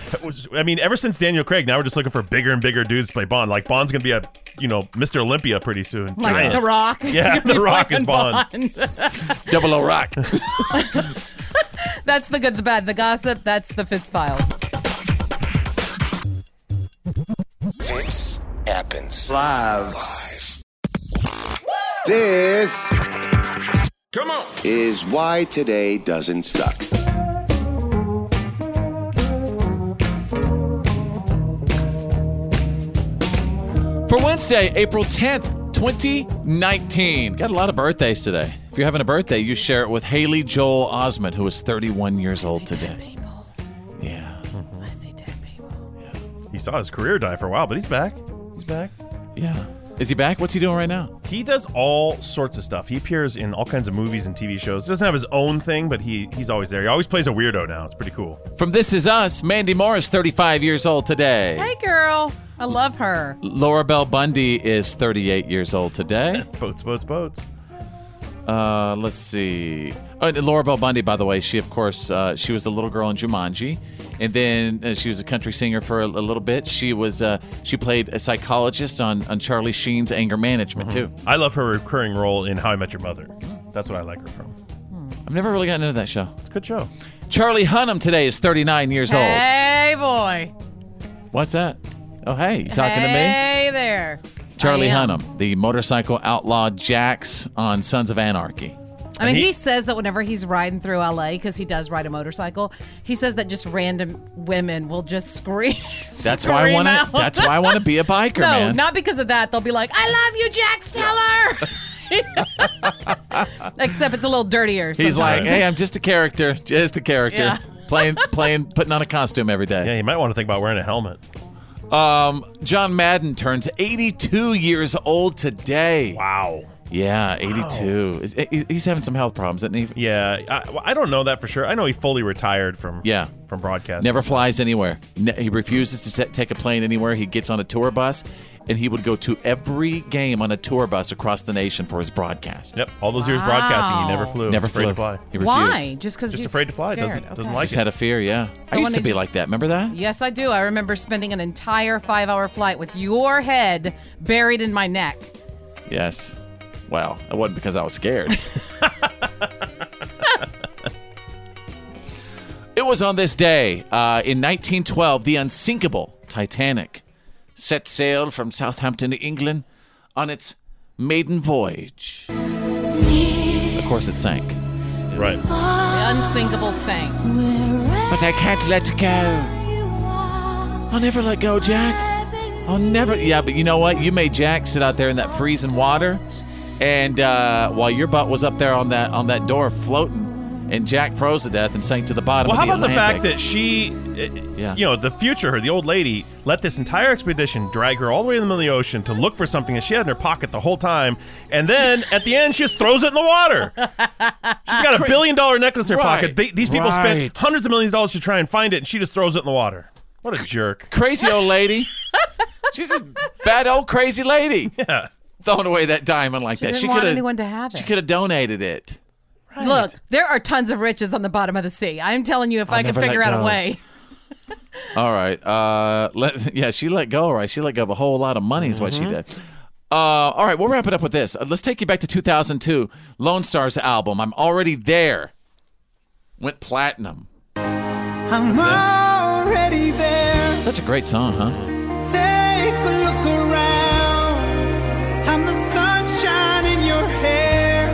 [SPEAKER 2] I mean, ever since Daniel Craig, now we're just looking for bigger and bigger dudes to play Bond. Like Bond's gonna be a, you know, Mr. Olympia pretty soon.
[SPEAKER 8] Like
[SPEAKER 2] Giant.
[SPEAKER 8] The Rock.
[SPEAKER 2] Yeah, The Rock is Bond.
[SPEAKER 1] Double O Rock.
[SPEAKER 8] that's the good, the bad, the gossip. That's the Fitz files.
[SPEAKER 5] Fitz happens live. Live. This. Come on. Is why today doesn't suck.
[SPEAKER 1] For Wednesday, April 10th, 2019. Got a lot of birthdays today. If you're having a birthday, you share it with Haley Joel Osment, who is 31 years old today.
[SPEAKER 2] He saw his career die for a while, but he's back. He's back.
[SPEAKER 1] Yeah. Is he back? What's he doing right now?
[SPEAKER 2] He does all sorts of stuff. He appears in all kinds of movies and TV shows. Doesn't have his own thing, but he he's always there. He always plays a weirdo now. It's pretty cool.
[SPEAKER 1] From This Is Us, Mandy Moore is 35 years old today.
[SPEAKER 8] Hey, girl, I love her.
[SPEAKER 1] Laura Bell Bundy is 38 years old today.
[SPEAKER 2] boats, boats, boats.
[SPEAKER 1] Uh, let's see. Oh, and Laura Bell Bundy, by the way, she of course uh, she was the little girl in Jumanji, and then uh, she was a country singer for a, a little bit. She was uh, she played a psychologist on on Charlie Sheen's Anger Management too.
[SPEAKER 8] Mm-hmm.
[SPEAKER 2] I love her recurring role in How I Met Your Mother. That's what I like her from.
[SPEAKER 1] I've never really gotten into that show. It's
[SPEAKER 2] a good show.
[SPEAKER 1] Charlie Hunnam today is 39 years
[SPEAKER 8] Hey, boy.
[SPEAKER 1] old. What's that? Oh, hey, you talking to me?
[SPEAKER 8] Hey there.
[SPEAKER 1] Charlie
[SPEAKER 8] I am.
[SPEAKER 1] Hunnam, the motorcycle outlaw Jax on Sons of Anarchy.
[SPEAKER 8] I mean, he, says that whenever he's riding through LA, because he does ride a motorcycle, he says that just random women will just scream.
[SPEAKER 1] That's why I
[SPEAKER 8] scream
[SPEAKER 1] want to.
[SPEAKER 8] out.
[SPEAKER 1] That's why I want to be a biker,
[SPEAKER 8] no,
[SPEAKER 1] man.
[SPEAKER 8] not because of that. They'll be like, "I love you, Jack Steller." Except it's a little dirtier.
[SPEAKER 1] He's like,
[SPEAKER 8] sometimes.
[SPEAKER 1] hey, I'm just a character, just a character,
[SPEAKER 8] Yeah.
[SPEAKER 1] playing, playing, putting on a costume every day.
[SPEAKER 2] Yeah, you might want to think about wearing a helmet.
[SPEAKER 1] Um, John Madden turns 82 years old today.
[SPEAKER 2] Wow.
[SPEAKER 1] Yeah, 82. Is- he- He's having some health problems, isn't he?
[SPEAKER 2] Yeah, I, well, I don't know that for sure. I know he fully retired from
[SPEAKER 1] Yeah.
[SPEAKER 2] from broadcasting.
[SPEAKER 1] Never flies anywhere. Ne- he refuses to t- take a plane anywhere. He gets on a tour bus, and he would go to every game on a tour bus across the nation for his broadcast.
[SPEAKER 2] Yep, all those years broadcasting, he never
[SPEAKER 1] Wow.
[SPEAKER 2] flew.
[SPEAKER 1] Never
[SPEAKER 2] Afraid to
[SPEAKER 1] flew.
[SPEAKER 2] fly.
[SPEAKER 1] He refused.
[SPEAKER 8] Why? Just because
[SPEAKER 2] Just afraid to fly, doesn't- doesn't like
[SPEAKER 1] Just had a fear, yeah. I
[SPEAKER 8] So
[SPEAKER 1] used
[SPEAKER 8] when
[SPEAKER 1] to be
[SPEAKER 8] he's-
[SPEAKER 1] like that. Remember that?
[SPEAKER 8] Yes, I do. I remember spending an entire five-hour flight with your head buried in my neck.
[SPEAKER 1] Yes. Well, it wasn't because I was scared. it was on this day uh, in 1912 the unsinkable Titanic set sail from Southampton, England on its maiden voyage. Of course, it sank.
[SPEAKER 2] Right.
[SPEAKER 8] The unsinkable sank.
[SPEAKER 1] But I can't let go. I'll never let go, Jack. I'll never. Yeah, but you know what? You made Jack sit out there in that freezing water, and uh, while your butt was up there on that on that door floating, and Jack froze to death and sank to the bottom.
[SPEAKER 2] Well, how
[SPEAKER 1] of the
[SPEAKER 2] about the fact
[SPEAKER 1] Atlantic.
[SPEAKER 2] that she, yeah. you know, the future her, the old lady, let this entire expedition drag her all the way in the middle of the ocean to look for something that she had in her pocket the whole time, and then at the end she just throws it in the water. She's got a billion dollar necklace in her
[SPEAKER 1] Right.
[SPEAKER 2] pocket. They, these people
[SPEAKER 1] Right.
[SPEAKER 2] spent hundreds of millions of dollars to try and find it, and she just throws it in the water. What a jerk!
[SPEAKER 1] crazy old lady? She's a bad old crazy lady.
[SPEAKER 2] Yeah,
[SPEAKER 1] throwing away that diamond like
[SPEAKER 8] She
[SPEAKER 1] that.
[SPEAKER 8] didn't
[SPEAKER 1] she
[SPEAKER 8] want
[SPEAKER 1] could
[SPEAKER 8] anyone to have
[SPEAKER 1] She
[SPEAKER 8] it.
[SPEAKER 1] could have donated it.
[SPEAKER 8] Look, there are tons of riches on the bottom of the sea. I'm telling you, if
[SPEAKER 1] I'll
[SPEAKER 8] i can
[SPEAKER 1] never let
[SPEAKER 8] figure out
[SPEAKER 1] go.
[SPEAKER 8] a way.
[SPEAKER 1] All right. Uh, let, yeah, she let go, right? She let go of a whole lot of money, is what she did. Uh, all right, we'll wrap it up with this. Uh, Let's take you back to 2002 Lone Star's album, I'm Already There, went platinum.
[SPEAKER 15] I'm already there.
[SPEAKER 1] Such a great song, huh?
[SPEAKER 15] Take a look around. I'm the sunshine in your hair.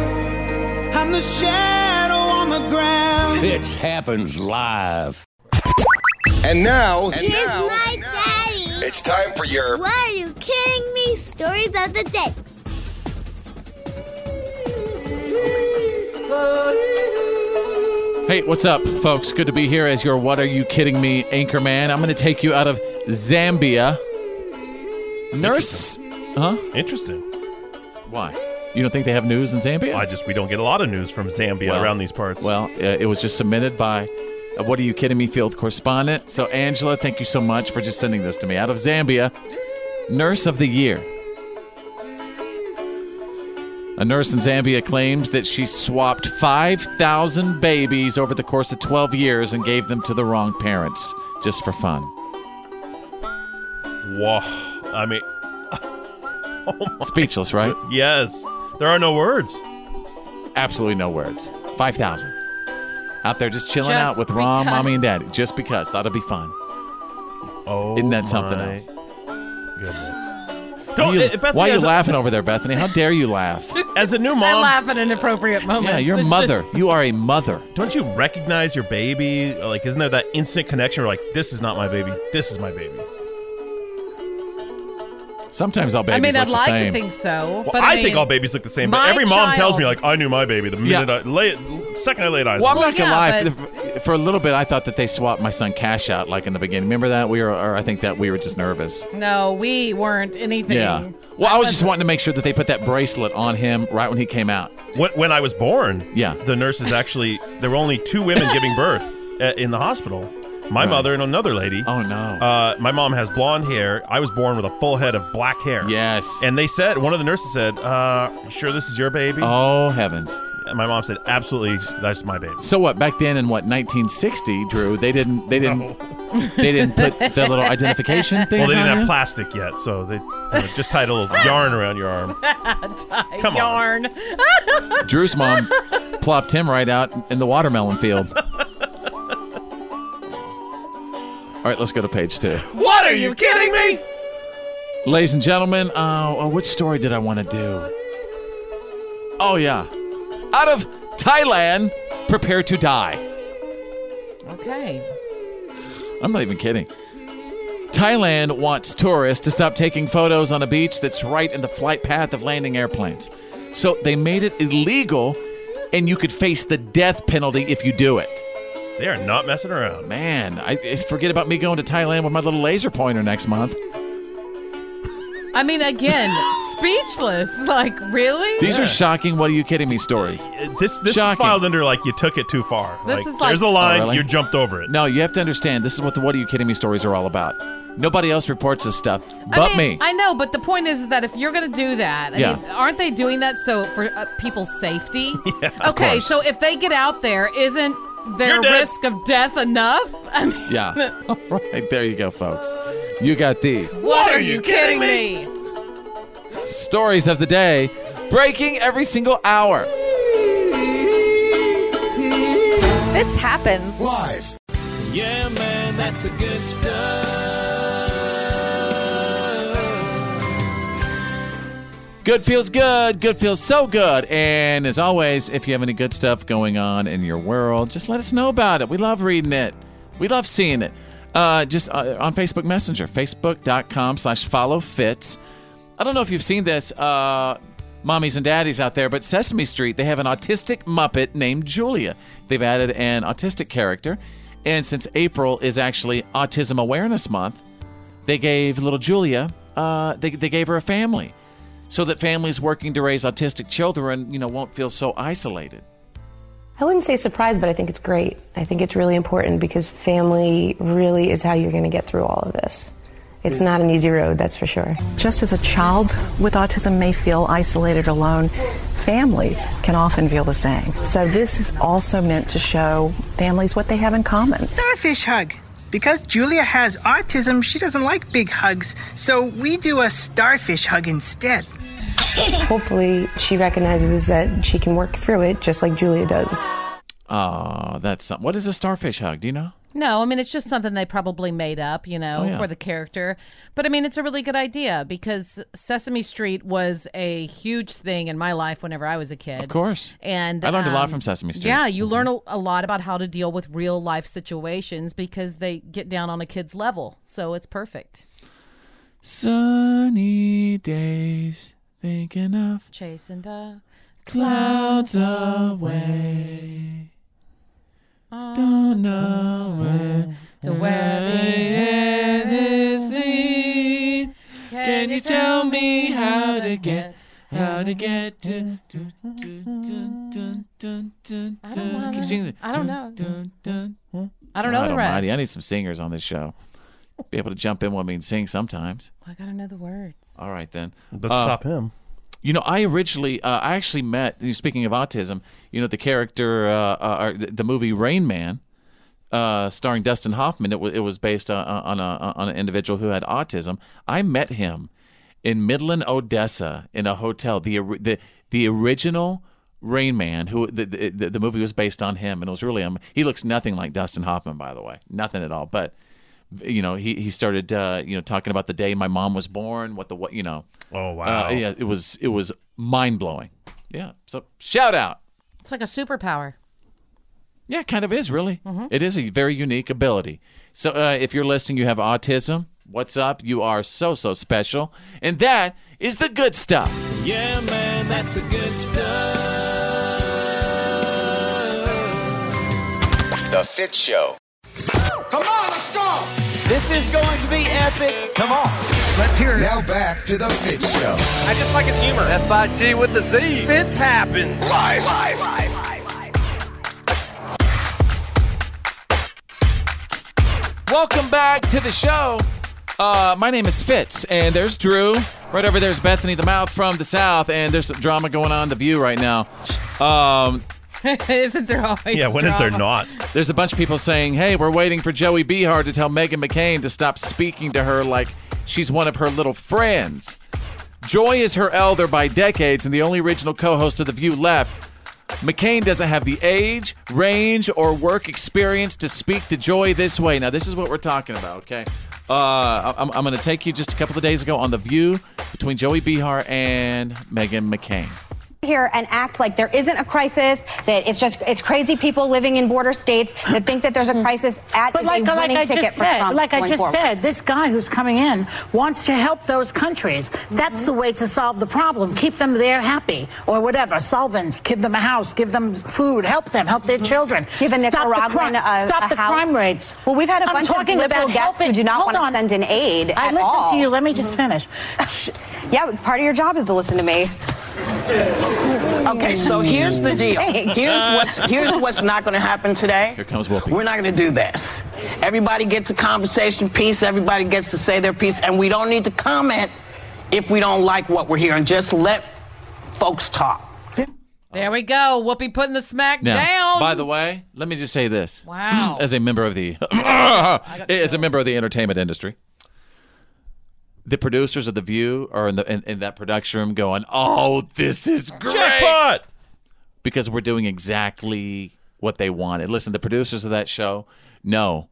[SPEAKER 15] I'm the shadow on the ground.
[SPEAKER 5] Fitch happens live. And now,
[SPEAKER 7] Here's my daddy.
[SPEAKER 5] it's time for your
[SPEAKER 7] Why are you kidding me? Stories of the day.
[SPEAKER 1] Hey, what's up, folks? Good to be here as your What Are You Kidding Me anchor man. I'm going to take you out of Zambia. Nurse. Huh?
[SPEAKER 2] Interesting.
[SPEAKER 1] Why? You don't think they have news in Zambia?
[SPEAKER 2] I just we don't get a lot of news from Zambia
[SPEAKER 1] Well-
[SPEAKER 2] around these parts.
[SPEAKER 1] Well, uh, it was just submitted by uh, What Are You Kidding Me field correspondent. So, Angela, thank you so much for just sending this to me. Out of Zambia, Nurse of the Year. A nurse in Zambia claims that she swapped 5,000 babies over the course of 12 years and gave them to the wrong parents just for fun.
[SPEAKER 2] Whoa. I mean,
[SPEAKER 1] Speechless, right?
[SPEAKER 2] yes, there are no words.
[SPEAKER 1] Absolutely no words. 5,000. Out there just chilling
[SPEAKER 2] Just
[SPEAKER 1] out with Ron,
[SPEAKER 2] because.
[SPEAKER 1] mommy, and daddy. Just because. That'll be fun.
[SPEAKER 2] Oh,
[SPEAKER 1] Isn't that something
[SPEAKER 2] my
[SPEAKER 1] else?
[SPEAKER 2] Goodness.
[SPEAKER 1] Why
[SPEAKER 2] Don't,
[SPEAKER 1] are you,
[SPEAKER 2] eh, Bethany,
[SPEAKER 1] why are you
[SPEAKER 2] as a- Oh
[SPEAKER 1] laughing over there, Bethany? How dare you laugh?
[SPEAKER 2] As a new
[SPEAKER 8] I
[SPEAKER 2] mom,
[SPEAKER 8] laugh at inappropriate moments.
[SPEAKER 1] Yeah, you're a
[SPEAKER 8] It's just-
[SPEAKER 1] mother. You are a mother.
[SPEAKER 2] Don't you recognize your baby? Like, isn't there that instant connection? Where like, this is not my baby. This is my baby.
[SPEAKER 1] Sometimes all
[SPEAKER 8] I mean,
[SPEAKER 1] babies look
[SPEAKER 8] I'd
[SPEAKER 1] the
[SPEAKER 8] like to
[SPEAKER 1] same.
[SPEAKER 8] think so,
[SPEAKER 2] Well,
[SPEAKER 8] but
[SPEAKER 2] I,
[SPEAKER 8] I, mean,
[SPEAKER 2] think all babies look the same. But
[SPEAKER 8] my
[SPEAKER 2] every mom tells me
[SPEAKER 8] child-
[SPEAKER 2] like, I knew my baby the minute I lay, second I laid eyes.
[SPEAKER 1] Well, I'm
[SPEAKER 2] on
[SPEAKER 1] not
[SPEAKER 2] him.
[SPEAKER 1] gonna lie. For, for a little bit, I thought that they swapped my son Cash out, like in the beginning. Remember that? We were, or I think that we were just nervous.
[SPEAKER 8] No, we weren't anything.
[SPEAKER 1] Yeah. Well, I was just wanting to make sure that they put that bracelet on him right when he came out.
[SPEAKER 2] When, when I was born,
[SPEAKER 1] yeah,
[SPEAKER 2] the nurses actually there were only two women giving birth uh, in the hospital. My
[SPEAKER 1] Right.
[SPEAKER 2] mother and another lady.
[SPEAKER 1] Oh no!
[SPEAKER 2] Uh, my mom has blonde hair. I was born with a full head of black hair.
[SPEAKER 1] Yes.
[SPEAKER 2] And they said one of the nurses said, uh, "You "Sure, this is your baby."
[SPEAKER 1] Oh heavens!
[SPEAKER 2] And my mom said, "Absolutely, that's my baby."
[SPEAKER 1] So what? Back then in what 1960, Drew, they didn't, they didn't, they didn't put the little identification thing.
[SPEAKER 2] Well, they didn't
[SPEAKER 1] on
[SPEAKER 2] have
[SPEAKER 1] there?
[SPEAKER 2] plastic yet, so they you know, just tied a little yarn around your arm.
[SPEAKER 8] Come
[SPEAKER 2] Come on.
[SPEAKER 8] yarn.
[SPEAKER 1] Drew's mom plopped him right out in the watermelon field. All right, let's go to page two.
[SPEAKER 2] What are you kidding me?
[SPEAKER 1] Ladies and gentlemen, uh, oh, which story did I want to do? Oh, yeah. Out of Thailand, prepare to die.
[SPEAKER 8] okay.
[SPEAKER 1] I'm not even kidding. Thailand wants tourists to stop taking photos on a beach that's right in the flight path of landing airplanes. So they made it illegal, and you could face the death penalty if you do it.
[SPEAKER 2] They are not messing around.
[SPEAKER 1] Man, I I- forget about me going to Thailand with my little laser pointer next month.
[SPEAKER 8] I mean, again, speechless. Like, really?
[SPEAKER 1] These are shocking. What are you kidding me? Stories.
[SPEAKER 2] This this
[SPEAKER 1] shocking.
[SPEAKER 2] is filed under like you took it too far.
[SPEAKER 8] This
[SPEAKER 2] like,
[SPEAKER 8] is like-
[SPEAKER 2] there's a line
[SPEAKER 1] Oh, really?
[SPEAKER 2] you jumped over it.
[SPEAKER 1] No, you have to understand. This is what the "What Are You Kidding Me" stories are all about. Nobody else reports this stuff, but
[SPEAKER 8] I
[SPEAKER 1] me.
[SPEAKER 8] mean, I know, but the point is that if you're going to do that, I
[SPEAKER 1] Yeah.
[SPEAKER 8] mean, aren't they doing that so for uh, people's safety?
[SPEAKER 1] of
[SPEAKER 8] okay,
[SPEAKER 1] course.
[SPEAKER 8] so if they get out there, isn't their risk of death enough? I mean,
[SPEAKER 1] yeah. All right, there you go, folks. You got the
[SPEAKER 8] what are you kidding me?
[SPEAKER 1] stories of the day breaking every single hour.
[SPEAKER 16] Fitz happens.
[SPEAKER 5] Live.
[SPEAKER 16] Yeah, man, that's the good stuff.
[SPEAKER 1] Good feels good. Good feels so good. And as always, if you have any good stuff going on in your world, just let us know about it. We love reading it. We love seeing it. Uh, just uh, on Facebook Messenger, facebook.com slash follow fits. I don't know if you've seen this, uh, mommies and daddies out there, but Sesame Street, they have an autistic Muppet named Julia. They've added an autistic character. And since April is actually Autism Awareness Month, they gave little Julia, uh, they, they gave her a family so that families working to raise autistic children, you know, won't feel so isolated.
[SPEAKER 17] I wouldn't say surprised, but I think it's great. I think it's really important because family really is how you're going to get through all of this. It's not an easy road, that's for sure.
[SPEAKER 18] Just as a child with autism may feel isolated alone, families can often feel the same. So this is also meant to show families what they have in common.
[SPEAKER 19] starfish hug. Because Julia has autism, she doesn't like big hugs, so we do a starfish hug instead.
[SPEAKER 17] Hopefully, she recognizes that she can work through it just like Julia does.
[SPEAKER 1] Oh, that's something. What is a starfish hug? Do you know?
[SPEAKER 8] No, I mean it's just something they probably made up, you know,
[SPEAKER 1] Oh, yeah.
[SPEAKER 8] for the character. But I mean it's a really good idea because Sesame Street was a huge thing in my life whenever I was a kid.
[SPEAKER 1] Of course.
[SPEAKER 8] And
[SPEAKER 1] I learned a lot
[SPEAKER 8] um,
[SPEAKER 1] from Sesame Street. Mm-hmm.
[SPEAKER 8] Yeah, you learn a, a lot about how to deal with real life situations because they get down on a kid's level. So it's perfect.
[SPEAKER 1] Sunny days, thinking of
[SPEAKER 8] Chasing the
[SPEAKER 1] clouds away. Don't know where
[SPEAKER 8] to where the
[SPEAKER 1] end is. lead. Can you tell me how to get, how to get to? I don't
[SPEAKER 8] wanna-
[SPEAKER 1] Keep singing.
[SPEAKER 8] I don't know. I don't know
[SPEAKER 1] God
[SPEAKER 8] the rest.
[SPEAKER 1] almighty, I need some singers on this show. Be able to jump in with me and sing sometimes.
[SPEAKER 8] I gotta know the word.
[SPEAKER 1] All right then.
[SPEAKER 2] Let's stop him.
[SPEAKER 1] You know, I originally, uh, I actually met. you know, Speaking of autism, you know, the character, uh, uh, or the the movie Rain Man, uh, starring Dustin Hoffman. It, wa it was based on, on a on an individual who had autism. I met him in Midland, Odessa, in a hotel. The ori- the the original Rain Man, who the, the the- the movie was based on him, and it was really um, he looks nothing like Dustin Hoffman, by the way, nothing at all. But you know, he he started uh, you know talking about the day my mom was born, what the what you know.
[SPEAKER 2] Oh
[SPEAKER 1] wow! yeah, it was it was mind blowing. Yeah. So shout out.
[SPEAKER 8] It's like a superpower.
[SPEAKER 1] Yeah, it kind of
[SPEAKER 16] Mm-hmm.
[SPEAKER 1] is really.
[SPEAKER 8] Mhm.
[SPEAKER 1] It is a very unique ability. So uh, if you're listening, you have autism. What's up? You are so so special, and that is the good stuff.
[SPEAKER 16] Yeah, man, that's the good stuff.
[SPEAKER 5] The Fit Show.
[SPEAKER 16] Come on, let's go! This is going to be epic. Come on.
[SPEAKER 5] Let's hear it. Now back to The Fit Show.
[SPEAKER 20] I just like his humor. FIT with the Z. Fits happens.
[SPEAKER 5] Live.
[SPEAKER 20] Live. Live.
[SPEAKER 1] Welcome back to the show. Uh, my name is Fitz, and there's Drew. Right over there's Bethany, the mouth from the south, and there's some drama going on in the view right now. Um,
[SPEAKER 8] Isn't there always
[SPEAKER 1] when is
[SPEAKER 8] drama?
[SPEAKER 1] There's a bunch of people saying, "Hey, we're waiting for Joey Behar to tell Megan McCain to stop speaking to her like she's one of her little friends." Joy is her elder by decades and the only original co-host of The View left. McCain doesn't have the age, range, or work experience to speak to Joy this way. Now, this is what we're talking about, okay? Uh, I- I'm, I'm going to take you just a couple of days ago on The View between Joey Behar and Megan McCain.
[SPEAKER 21] here and act like there isn't a crisis that it's just it's crazy people living in border states that think that there's a crisis at
[SPEAKER 22] But
[SPEAKER 21] is
[SPEAKER 22] like,
[SPEAKER 21] a
[SPEAKER 22] like
[SPEAKER 21] winning
[SPEAKER 22] I
[SPEAKER 21] ticket
[SPEAKER 22] just
[SPEAKER 21] for
[SPEAKER 22] said,
[SPEAKER 21] Trump
[SPEAKER 22] like I
[SPEAKER 21] going
[SPEAKER 22] just
[SPEAKER 21] forward.
[SPEAKER 22] said, this guy who's coming in wants to help those countries. That's
[SPEAKER 21] Mm-hmm.
[SPEAKER 22] the way to solve the problem. Keep them there happy or whatever. Solvents, give them a house, give them food, help them, help their children.
[SPEAKER 21] Mm-hmm. Give a
[SPEAKER 22] Stop the
[SPEAKER 21] Nicaraguan
[SPEAKER 22] crime-
[SPEAKER 21] a,
[SPEAKER 22] stop
[SPEAKER 21] a
[SPEAKER 22] the
[SPEAKER 21] house.
[SPEAKER 22] crime rates.
[SPEAKER 21] Well, we've had a
[SPEAKER 22] I'm
[SPEAKER 21] bunch of
[SPEAKER 22] talking
[SPEAKER 21] liberal
[SPEAKER 22] about
[SPEAKER 21] guests who
[SPEAKER 22] helping-
[SPEAKER 21] do not
[SPEAKER 22] Hold
[SPEAKER 21] want to
[SPEAKER 22] on.
[SPEAKER 21] send an aid
[SPEAKER 22] I
[SPEAKER 21] at
[SPEAKER 22] listened
[SPEAKER 21] all. Mm-hmm.
[SPEAKER 22] to you. Let me just finish.
[SPEAKER 21] yeah, but part of your job is to listen to me.
[SPEAKER 23] Okay, so here's the deal. Here's what's here's what's not going to happen today.
[SPEAKER 1] Here comes Whoopi.
[SPEAKER 23] We're not going to do this. Everybody gets a conversation piece. Everybody gets to say their piece, and we don't need to comment if we don't like what we're hearing. Just let folks talk.
[SPEAKER 8] There we go. Whoopi putting the smack
[SPEAKER 1] Now,
[SPEAKER 8] down.
[SPEAKER 1] by the way, let me just say this.
[SPEAKER 8] Wow.
[SPEAKER 1] As a member of the as a member of the entertainment industry, the producers of The View are in the in, in that production room going, "Oh, this is great." Because we're doing exactly what they wanted. Listen, the producers of that show know.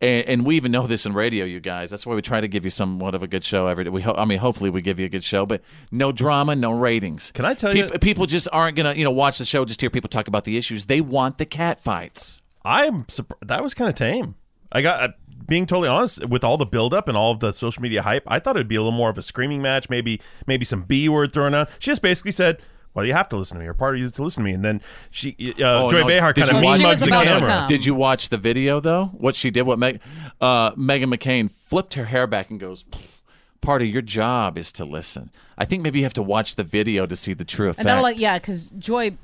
[SPEAKER 1] And, and we even know this in radio, you guys. That's why we try to give you somewhat of a good show every day. We, ho- I mean, hopefully, we give you a good show, but no drama, no ratings. Can I tell you, people just aren't gonna, you know, watch the show just hear people talk about the issues. They want the cat fights.
[SPEAKER 2] I'm surprised. That was kind of tame. I got, uh, being totally honest, with all the buildup and all of the social media hype, I thought it'd be a little more of a screaming match, maybe maybe some B word thrown out. She just basically said, well, you have to listen to me. Your party used to listen to me. And then she, uh,
[SPEAKER 1] Oh,
[SPEAKER 2] Joy
[SPEAKER 1] no.
[SPEAKER 2] Behar
[SPEAKER 1] Did
[SPEAKER 2] kind of
[SPEAKER 1] you watch-
[SPEAKER 2] mean mugged the camera.
[SPEAKER 1] Did you watch the video though? What she did? What Meg, uh, Megan McCain flipped her hair back and goes, "Part of your job is to listen." I think maybe you have to watch the video to see the true effect.
[SPEAKER 8] And that'll like yeah, because Joy,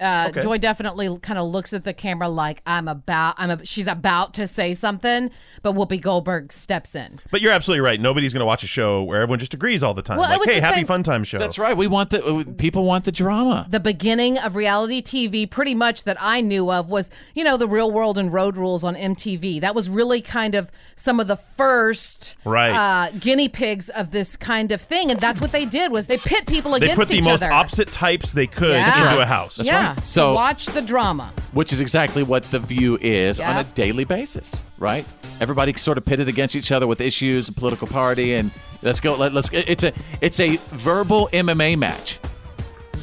[SPEAKER 8] uh,
[SPEAKER 1] Okay.
[SPEAKER 8] Joy definitely kind of looks at the camera like I'm about I'm a, she's about to say something, but Whoopi Goldberg steps in.
[SPEAKER 2] But you're absolutely right. Nobody's going to watch a show where everyone just agrees all the time.
[SPEAKER 8] Well, it
[SPEAKER 2] like,
[SPEAKER 8] was
[SPEAKER 2] hey,
[SPEAKER 8] the
[SPEAKER 2] happy
[SPEAKER 8] same-
[SPEAKER 2] fun time show.
[SPEAKER 1] That's right. We want the uh, people want the drama.
[SPEAKER 8] The beginning of reality TV, pretty much that I knew of, was you know the Real World and Road Rules on MTV. That was really kind of some of the first
[SPEAKER 2] Right.
[SPEAKER 8] uh, guinea pigs of this kind of thing, and that's what they did was they pit people
[SPEAKER 2] They
[SPEAKER 8] against
[SPEAKER 2] put the
[SPEAKER 8] each
[SPEAKER 2] most
[SPEAKER 8] other.
[SPEAKER 2] opposite types they could
[SPEAKER 8] Yeah.
[SPEAKER 2] into a house.
[SPEAKER 8] yeah.
[SPEAKER 1] So-
[SPEAKER 8] watch the drama.
[SPEAKER 1] Which is exactly what the view is on a
[SPEAKER 8] Yeah.
[SPEAKER 1] daily basis, right? Everybody sort of pitted against each other with issues, political party, and let's go. Let, let's. It's a it's a verbal MMA match.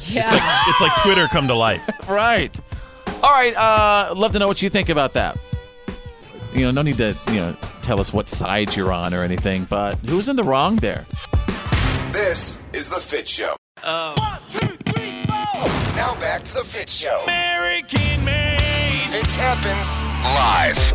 [SPEAKER 8] Yeah.
[SPEAKER 2] It's like Twitter come to life.
[SPEAKER 1] right. All right. Uh, love to know what you think about that. You know, no need to you know tell us what side you're on or anything, but who was in the wrong there?
[SPEAKER 5] This is The Fit Show.
[SPEAKER 1] Um,
[SPEAKER 5] Now back to The Fit Show. American made. It happens live.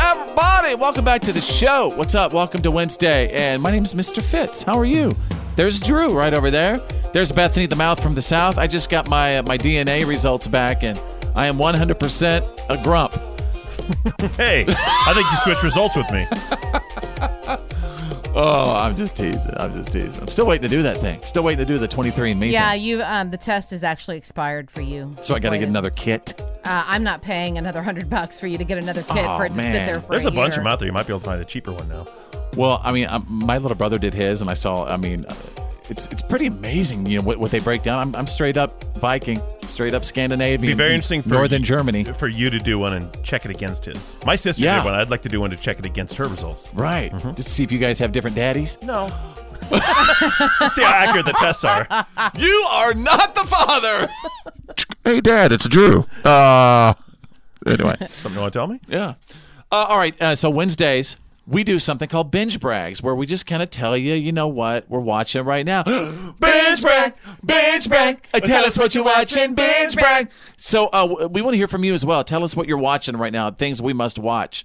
[SPEAKER 1] Everybody, welcome back to the show. What's up? Welcome to Wednesday. And my name's Mr. Fitz. How are you? There's Drew right over there. There's Bethany the Mouth from the South. I just got my uh, my DNA results back, and I am 100% a grump.
[SPEAKER 2] hey, I think you switched results with me.
[SPEAKER 1] Oh, I'm just teasing. I'm just teasing. I'm still waiting to do that thing. Still waiting to do the 23andMe
[SPEAKER 8] Yeah, you. Um, the test is actually expired for you.
[SPEAKER 1] thing. So I got to get another kit.
[SPEAKER 8] Uh, I'm not paying another hundred bucks for you to get another kit
[SPEAKER 1] Oh,
[SPEAKER 8] for it to
[SPEAKER 1] man.
[SPEAKER 8] sit there for
[SPEAKER 2] There's
[SPEAKER 8] a,
[SPEAKER 2] a bunch
[SPEAKER 8] year.
[SPEAKER 2] of them out there. You might be able to find a cheaper one now.
[SPEAKER 1] Well, I mean, um, my little brother did his, and I saw. I mean, uh, it's it's pretty amazing, you know, what, what they break down. I'm, I'm straight up Viking, straight up Scandinavian.
[SPEAKER 2] It'd be very interesting for
[SPEAKER 1] Northern Germany
[SPEAKER 2] for you to do one and check it against his. My sister
[SPEAKER 1] Yeah.
[SPEAKER 2] did one. I'd like to do one to check it against her results.
[SPEAKER 1] Right.
[SPEAKER 2] Mm-hmm.
[SPEAKER 1] Just to see if you guys have different daddies.
[SPEAKER 2] No. See how accurate the tests are.
[SPEAKER 1] You are not the father.
[SPEAKER 24] Hey, Dad, it's Drew. Uh,
[SPEAKER 1] anyway.
[SPEAKER 2] Something you want to tell me?
[SPEAKER 1] Yeah. Uh, all right. Uh, so Wednesdays we do something called binge brags, where we just kind of tell you, you know what we're watching right now. binge brag, binge brag. Uh, tell us what you're watching. Binge brag. So uh, w- we want to hear from you as well. Tell us what you're watching right now. Things we must watch.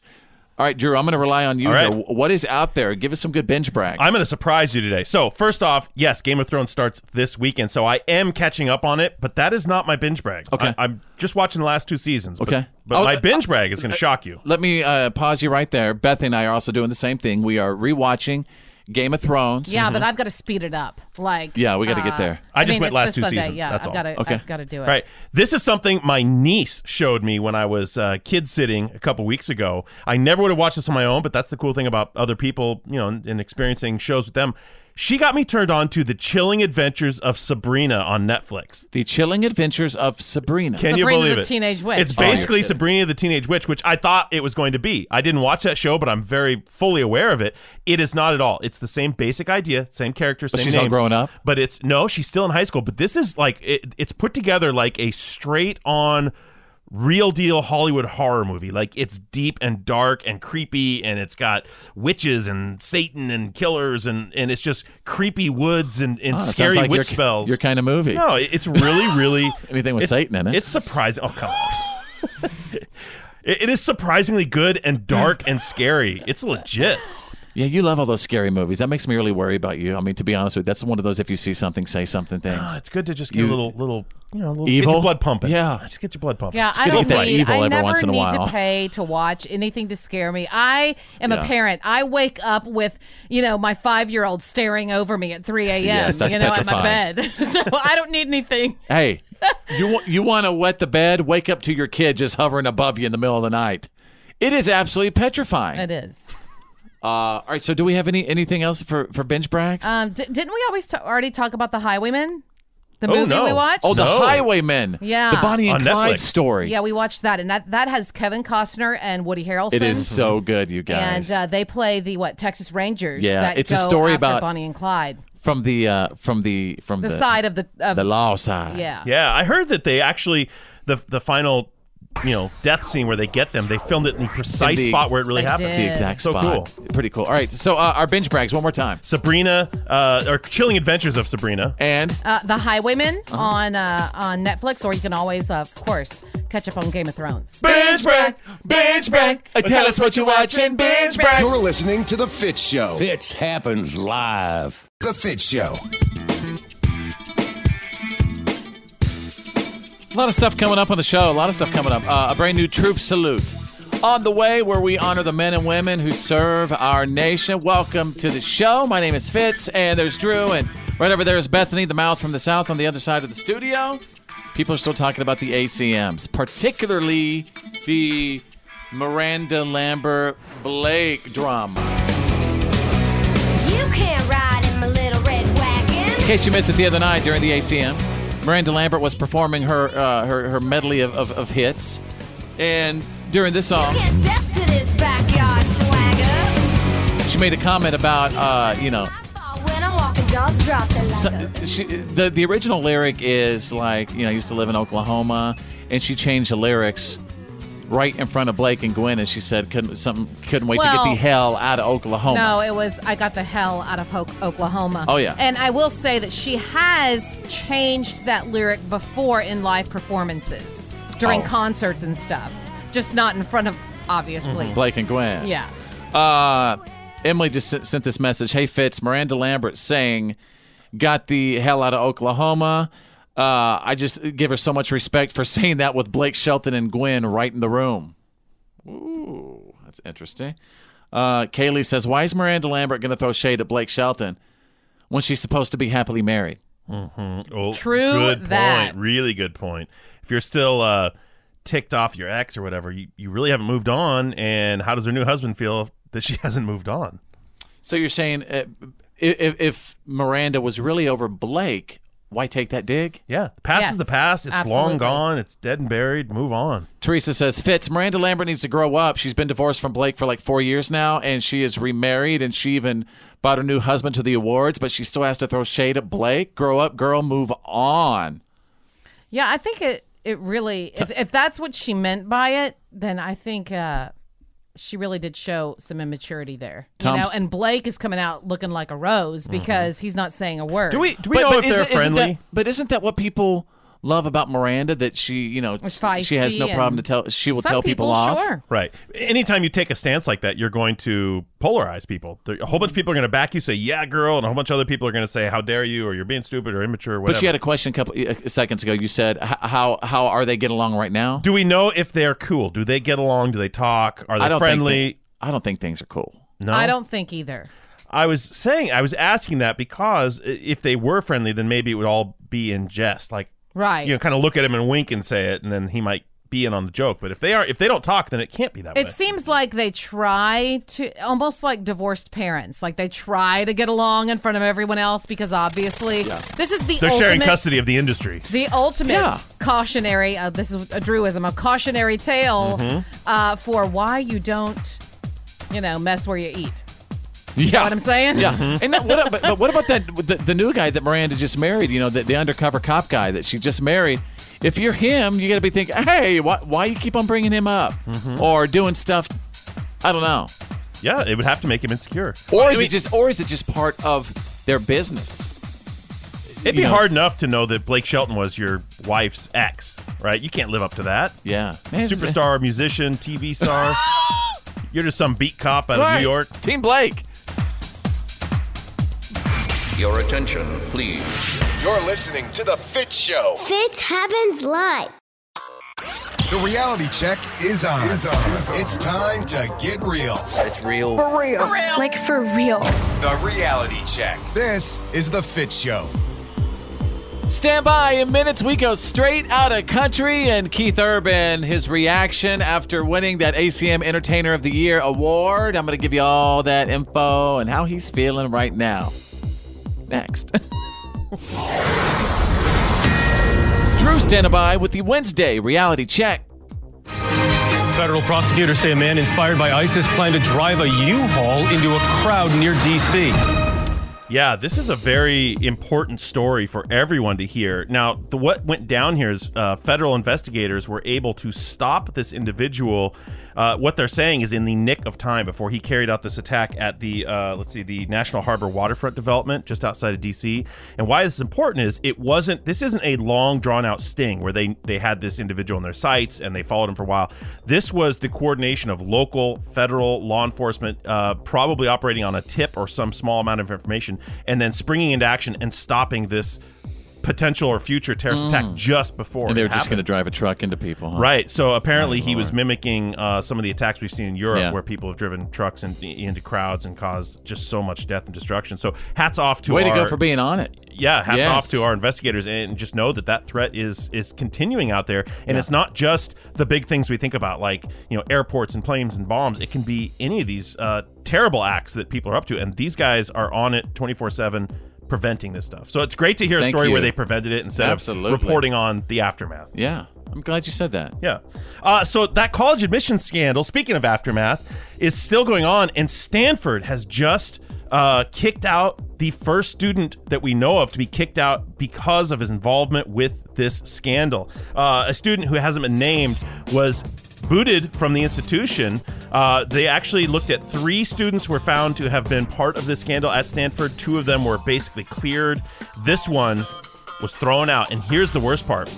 [SPEAKER 1] All right, Drew. I'm going to rely on you.
[SPEAKER 2] All right.
[SPEAKER 1] here. W- What is out there? Give us some good binge brag.
[SPEAKER 2] I'm going to surprise you today. So, first off, yes, Game of Thrones starts this weekend, so I am catching up on it, but that is not my binge brag.
[SPEAKER 1] Okay.
[SPEAKER 2] I, am just watching the last two seasons. but-
[SPEAKER 1] Okay.
[SPEAKER 2] But,
[SPEAKER 1] Oh,
[SPEAKER 2] my
[SPEAKER 1] uh,
[SPEAKER 2] binge brag is going to shock you.
[SPEAKER 1] Let me uh, pause you right there. Beth and I are also doing the same thing. We are rewatching Game of Thrones.
[SPEAKER 8] Yeah, but I've got to speed it up. Like
[SPEAKER 1] Mm-hmm. Yeah, we gotta get
[SPEAKER 8] uh,
[SPEAKER 1] there.
[SPEAKER 2] I just
[SPEAKER 8] mean,
[SPEAKER 2] went
[SPEAKER 8] it's
[SPEAKER 2] last
[SPEAKER 8] this
[SPEAKER 2] two
[SPEAKER 8] Sunday.
[SPEAKER 2] seasons.
[SPEAKER 8] Yeah,
[SPEAKER 2] that's
[SPEAKER 8] I've
[SPEAKER 2] all.
[SPEAKER 8] got to. I've got to do it.
[SPEAKER 2] Right. This is something my niece showed me when I was uh, kid sitting a couple weeks ago. I never would have watched this on my own, but that's the cool thing about other people, you know, and, and experiencing shows with them. She got me turned on to the Chilling Adventures of Sabrina on Netflix.
[SPEAKER 1] The Chilling Adventures of Sabrina.
[SPEAKER 2] Can
[SPEAKER 8] Sabrina
[SPEAKER 2] you believe
[SPEAKER 8] the
[SPEAKER 2] it?
[SPEAKER 8] Teenage Witch.
[SPEAKER 2] It's
[SPEAKER 8] Oh, you're
[SPEAKER 2] basically
[SPEAKER 8] kidding.
[SPEAKER 2] Sabrina the Teenage Witch, which I thought it was going to be. I didn't watch that show, but I'm very fully aware of it. It is not at all. It's the same basic idea, same character,
[SPEAKER 1] But
[SPEAKER 2] same.
[SPEAKER 1] she's all
[SPEAKER 2] names.
[SPEAKER 1] grown up?
[SPEAKER 2] But it's no, she's still in high school. But this is like it, it's put together like a straight on real deal Hollywood horror movie. Like it's deep and dark and creepy and it's got witches and Satan and killers and and it's just creepy woods and, and
[SPEAKER 1] Ah, sounds
[SPEAKER 2] scary
[SPEAKER 1] like
[SPEAKER 2] witch
[SPEAKER 1] your-
[SPEAKER 2] spells.
[SPEAKER 1] your kind of movie.
[SPEAKER 2] No, it- it's really, really
[SPEAKER 1] anything with Satan in it.
[SPEAKER 2] It's surprising. Oh come on. It- it is surprisingly good and dark and scary. It's legit.
[SPEAKER 1] Yeah, you love all those scary movies. That makes me really worry about you. I mean, to be honest with you, that's one of those if you see something, say something things.
[SPEAKER 2] Ah, it's good to just get
[SPEAKER 1] You-
[SPEAKER 2] a little, little, you know, a little
[SPEAKER 1] Evil?
[SPEAKER 2] Get your blood pumping. Ah,
[SPEAKER 1] Yeah.
[SPEAKER 2] just get your blood pumping.
[SPEAKER 8] Yeah, I don't
[SPEAKER 1] get that
[SPEAKER 8] need.
[SPEAKER 1] evil
[SPEAKER 8] I
[SPEAKER 1] every
[SPEAKER 8] never
[SPEAKER 1] once in a
[SPEAKER 8] need
[SPEAKER 1] while.
[SPEAKER 8] to pay to watch anything to scare me. I am
[SPEAKER 1] Yeah.
[SPEAKER 8] a parent. I wake up with you know my five year old staring over me at three a.m.
[SPEAKER 1] Yes, that's
[SPEAKER 8] you know,
[SPEAKER 1] petrifying.
[SPEAKER 8] at my bed. so I don't need anything.
[SPEAKER 1] Hey, you want you want to wet the bed? Wake up to your kid just hovering above you in the middle of the night. It is absolutely petrifying.
[SPEAKER 8] It is.
[SPEAKER 1] Uh, all right, so do we have any anything else for for binge brags?
[SPEAKER 8] Um, d- didn't we always ta- already talk about the Highwayman? The
[SPEAKER 1] Oh,
[SPEAKER 8] movie
[SPEAKER 1] no.
[SPEAKER 8] we watched.
[SPEAKER 1] Oh, the Highwaymen.
[SPEAKER 8] Yeah.
[SPEAKER 1] the Bonnie and
[SPEAKER 2] On
[SPEAKER 1] Clyde
[SPEAKER 2] Netflix.
[SPEAKER 1] story.
[SPEAKER 8] Yeah, we watched that, and that that has Kevin Costner and Woody Harrelson.
[SPEAKER 1] it is so good, you guys.
[SPEAKER 8] And uh, they play the what Texas Rangers.
[SPEAKER 1] Yeah,
[SPEAKER 8] that
[SPEAKER 1] it's a
[SPEAKER 8] go
[SPEAKER 1] story
[SPEAKER 8] after
[SPEAKER 1] about-
[SPEAKER 8] Bonnie and Clyde.
[SPEAKER 1] from the uh, from the from
[SPEAKER 8] The
[SPEAKER 1] the,
[SPEAKER 8] side of the- of-
[SPEAKER 1] the law side.
[SPEAKER 8] Yeah.
[SPEAKER 2] Yeah, I heard that they actually the the final, you know, death scene where they get them, they filmed it in the precise
[SPEAKER 1] In the-
[SPEAKER 2] spot where it really
[SPEAKER 1] They
[SPEAKER 2] happened.
[SPEAKER 1] did. The exact
[SPEAKER 2] so
[SPEAKER 1] spot.
[SPEAKER 2] cool.
[SPEAKER 1] Pretty cool. All right, so uh, our binge brags one more time.
[SPEAKER 2] Sabrina, uh, or Chilling Adventures of Sabrina,
[SPEAKER 1] and
[SPEAKER 8] Uh, the Highwayman
[SPEAKER 1] Uh-huh.
[SPEAKER 8] on uh, on Netflix, or you can always, uh, of course, catch up on Game of Thrones.
[SPEAKER 1] Binge brag, binge brag.
[SPEAKER 5] Uh, tell us what you're watching,
[SPEAKER 1] binge
[SPEAKER 5] brag. You're listening to The Fit Show.
[SPEAKER 9] Fitch happens live.
[SPEAKER 5] The Fit Show.
[SPEAKER 1] A lot of stuff coming up on the show. A lot of stuff coming up. Uh, a brand new troop salute on the way, where we honor the men and women who serve our nation. Welcome to the show. My name is Fitz, and there's Drew, and right over there is Bethany, the mouth from the south, on the other side of the studio. People are still talking about the ACMs, particularly the Miranda Lambert Blake drama.
[SPEAKER 7] You can't ride in my little red wagon.
[SPEAKER 1] In case you missed it the other night during the ACMs, Miranda Lambert was performing her uh, her, her medley of, of, of hits, and during this song.
[SPEAKER 7] Can't step to this backyard swagger.
[SPEAKER 1] She made a comment about, uh, you know,
[SPEAKER 7] When I'm walking, dogs drop their
[SPEAKER 1] so, she, the the original lyric is like, you know, I used to live in Oklahoma, and she changed the lyrics right in front of Blake and Gwen, and she said, couldn't something, couldn't wait to
[SPEAKER 8] Well,
[SPEAKER 1] get the hell out of Oklahoma.
[SPEAKER 8] No, it was I got the hell out of Ho- Oklahoma.
[SPEAKER 1] Oh, yeah.
[SPEAKER 8] and I will say that she has changed that lyric before in live performances during
[SPEAKER 1] Oh.
[SPEAKER 8] concerts and stuff, just not in front of obviously.
[SPEAKER 1] Blake and Gwen.
[SPEAKER 8] Yeah.
[SPEAKER 1] Uh, Emily just sent, sent this message. Hey, Fitz, Miranda Lambert saying, got the hell out of Oklahoma. Uh, I just give her so much respect for saying that with Blake Shelton and Gwen right in the room. Ooh, that's interesting. Uh, Kaylee says, why is Miranda Lambert going to throw shade at Blake Shelton when she's supposed to be happily married?
[SPEAKER 2] Mm-hmm. Oh,
[SPEAKER 8] True
[SPEAKER 2] Good
[SPEAKER 8] that.
[SPEAKER 2] point. Really good point. If you're still uh, ticked off your ex or whatever, you, you really haven't moved on. And how does her new husband feel that she hasn't moved on?
[SPEAKER 1] So you're saying uh, if, if Miranda was really over Blake, why take that dig?
[SPEAKER 2] Yeah. Past is the past. It's long
[SPEAKER 1] absolutely.
[SPEAKER 2] gone. It's dead and buried. Move on.
[SPEAKER 1] Teresa says, Fitz, Miranda Lambert needs to grow up. She's been divorced from Blake for like four years now, and she is remarried, and she even bought her new husband to the awards, but she still has to throw shade at Blake. Grow up, girl, move on.
[SPEAKER 8] Yeah, I think it it really if, if that's what she meant by it, then I think uh she really did show some immaturity there. You
[SPEAKER 1] Tom's- Mm-hmm.
[SPEAKER 8] know, and Blake is coming out looking like a rose because he's not saying a word.
[SPEAKER 1] But- but isn't- isn't that- but isn't that what people love about Miranda? That she, you know,
[SPEAKER 8] It's feisty
[SPEAKER 1] she has no problem to
[SPEAKER 8] and-
[SPEAKER 1] tell, she will
[SPEAKER 8] Some
[SPEAKER 1] tell people,
[SPEAKER 8] people,
[SPEAKER 1] off.
[SPEAKER 8] sure.
[SPEAKER 2] Right. Anytime you take a stance like that, you're going to polarize people. There, a whole bunch of people are going to back you, say, yeah, girl. And a whole bunch of other people are going to say, how dare you, or you're being stupid or immature, or whatever.
[SPEAKER 1] But you had a question a couple uh, seconds ago. You said, "H- how how are they getting along right now?
[SPEAKER 2] Do we know if they're cool? Do they get along? Do they talk? Are they
[SPEAKER 1] I don't think
[SPEAKER 2] friendly?
[SPEAKER 1] I don't think things are cool.
[SPEAKER 2] No.
[SPEAKER 8] I don't think either.
[SPEAKER 2] I was saying, I was asking that because i- if they were friendly, then maybe it would all be in jest. Like,
[SPEAKER 8] Right.
[SPEAKER 2] you know, kind of look at him and wink and say it, and then he might be in on the joke. But if they are, if they don't talk, then it can't be that
[SPEAKER 8] It
[SPEAKER 2] way.
[SPEAKER 8] seems like they try to, almost like divorced parents, like they try to get along in front of everyone else because obviously this is the
[SPEAKER 2] They're sharing
[SPEAKER 8] ultimate-
[SPEAKER 2] custody of the industry.
[SPEAKER 8] The ultimate
[SPEAKER 2] Yeah.
[SPEAKER 8] cautionary, uh, this is a druism, a cautionary tale
[SPEAKER 2] Mhm.
[SPEAKER 8] uh, for why you don't, you know, mess where you eat.
[SPEAKER 1] Yeah,
[SPEAKER 8] You know what I'm saying? Mm-hmm.
[SPEAKER 1] Yeah, and that, what, but, but what about that the, the new guy that Miranda just married? You know, the, the undercover cop guy that she just married. If you're him, you got to be thinking, hey, why, why you keep on bringing him up
[SPEAKER 8] Mm-hmm.
[SPEAKER 1] or doing stuff? I don't know.
[SPEAKER 2] Yeah, it would have to make him insecure.
[SPEAKER 1] Or is it just, or is it just part of their business?
[SPEAKER 2] It'd be
[SPEAKER 1] You know.
[SPEAKER 2] hard enough to know that Blake Shelton was your wife's ex, right? You can't live up to that.
[SPEAKER 1] Yeah.
[SPEAKER 2] Superstar, musician, TV star. You're just some beat cop out of
[SPEAKER 5] Right.
[SPEAKER 2] New York.
[SPEAKER 1] Team Blake.
[SPEAKER 5] Your attention, please. You're listening to The Fit Show.
[SPEAKER 7] Fitz happens live.
[SPEAKER 5] The reality check is on. It's, time to get real. It's real.
[SPEAKER 11] Like for real.
[SPEAKER 5] The reality check. This is The Fit Show.
[SPEAKER 1] Stand by. In minutes, we go straight out of country. And Keith Urban, his reaction after winning that ACM Entertainer of the Year award. I'm going to give you all that info and how he's feeling right now. Next. Drew standing by with the Wednesday reality check.
[SPEAKER 6] Federal prosecutors say a man inspired by ISIS planned to drive a U-Haul into a crowd near D.C.
[SPEAKER 2] Yeah, this is a very important story for everyone to hear. Now, the, what went down here is uh, federal investigators were able to stop this individual. Uh, what they're saying is in the nick of time before he carried out this attack at the uh, let's see the National Harbor waterfront development just outside of D.C. And why this is important is it wasn't this isn't a long drawn out sting where they they had this individual in their sights and they followed him for a while. This was the coordination of local, federal law enforcement, uh, probably operating on a tip or some small amount of information, and then springing into action and stopping this potential or future terrorist attack
[SPEAKER 1] Mm.
[SPEAKER 2] just before.
[SPEAKER 1] And they
[SPEAKER 2] it
[SPEAKER 1] were just going
[SPEAKER 2] happened.
[SPEAKER 1] to drive a truck into people. Huh?
[SPEAKER 2] Right. So apparently
[SPEAKER 1] Oh,
[SPEAKER 2] he was
[SPEAKER 1] Lord.
[SPEAKER 2] mimicking uh, some of the attacks we've seen in Europe
[SPEAKER 1] Yeah.
[SPEAKER 2] where people have driven trucks in, into crowds and caused just so much death and destruction. So hats off to
[SPEAKER 1] Way to go
[SPEAKER 2] our-
[SPEAKER 1] for being on it.
[SPEAKER 2] Yeah, hats
[SPEAKER 1] Yes.
[SPEAKER 2] off to our investigators and just know that that threat is is continuing out there and it's not just the big things we think about like, you know, airports and planes and bombs. It can be any of these uh, terrible acts that people are up to and these guys are on it 24/7 preventing this stuff. So it's great to hear a
[SPEAKER 1] Thank
[SPEAKER 2] story
[SPEAKER 1] you.
[SPEAKER 2] where they prevented it instead
[SPEAKER 1] Absolutely.
[SPEAKER 2] of reporting on the aftermath.
[SPEAKER 1] Yeah. I'm glad you said that.
[SPEAKER 2] Yeah. Uh, so that college admission scandal, speaking of aftermath, is still going on, and Stanford has just uh, kicked out the first student that we know of to be kicked out because of his involvement with this scandal. Uh, a student who hasn't been named was booted from the institution. Uh, they actually looked at three students were found to have been part of this scandal at Stanford. Two of them were basically cleared. This one was thrown out, and here's the worst part.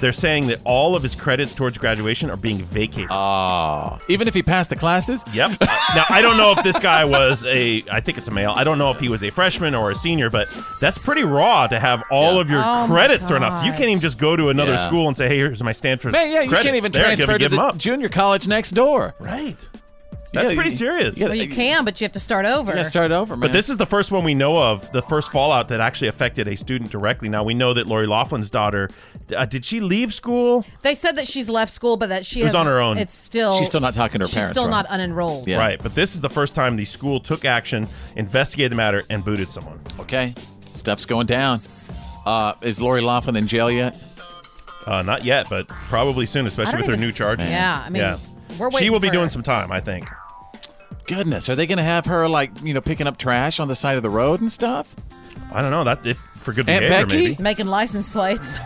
[SPEAKER 2] They're saying that all of his credits towards graduation are being vacated.
[SPEAKER 1] Oh. Even if he passed the classes?
[SPEAKER 2] Yep. now I don't know if this guy was a I think it's a male. I don't know if he was a freshman or a senior, but that's pretty raw to have all of your
[SPEAKER 1] Oh my
[SPEAKER 2] credits thrown out. So you
[SPEAKER 1] God.
[SPEAKER 2] can't even just go to another
[SPEAKER 1] Yeah.
[SPEAKER 2] school and say, "Hey, here's my Stanford."
[SPEAKER 1] Man, yeah, you
[SPEAKER 2] credits."
[SPEAKER 1] can't even
[SPEAKER 2] They're gonna
[SPEAKER 1] transfer to
[SPEAKER 2] give
[SPEAKER 1] the
[SPEAKER 2] them up.
[SPEAKER 1] junior college next door.
[SPEAKER 2] Right. That's
[SPEAKER 1] Yeah,
[SPEAKER 2] pretty
[SPEAKER 1] you-
[SPEAKER 2] serious.
[SPEAKER 8] Well, you can, but you have to start over.
[SPEAKER 2] But this is the first one we know of, the first fallout that actually affected a student directly. Now we know that Lori Laughlin's daughter, uh, did she leave school?
[SPEAKER 8] They said that she's left school, but that she
[SPEAKER 2] It was
[SPEAKER 8] has-
[SPEAKER 2] on her own.
[SPEAKER 8] It's still
[SPEAKER 2] She's still not talking to her
[SPEAKER 8] she's
[SPEAKER 2] parents,
[SPEAKER 8] Still
[SPEAKER 2] right?
[SPEAKER 8] not unenrolled.
[SPEAKER 2] Right, but this is the first time the school took action, investigated the matter, and booted someone.
[SPEAKER 1] Okay, stuff's going down. Uh, is Lori Laughlin in jail yet?
[SPEAKER 2] Uh, not yet, but probably soon, especially
[SPEAKER 8] don't
[SPEAKER 2] with her
[SPEAKER 8] even-
[SPEAKER 2] new charges.
[SPEAKER 8] Yeah, I mean, we're
[SPEAKER 2] she
[SPEAKER 8] waiting
[SPEAKER 2] will be
[SPEAKER 8] for
[SPEAKER 2] doing
[SPEAKER 8] her.
[SPEAKER 2] some time, I think.
[SPEAKER 1] Goodness, are they going to have her like you know picking up trash on the side of the road and stuff?
[SPEAKER 2] I don't know that if for good
[SPEAKER 1] Aunt
[SPEAKER 2] behavior,
[SPEAKER 1] Becky.
[SPEAKER 8] Making license plates.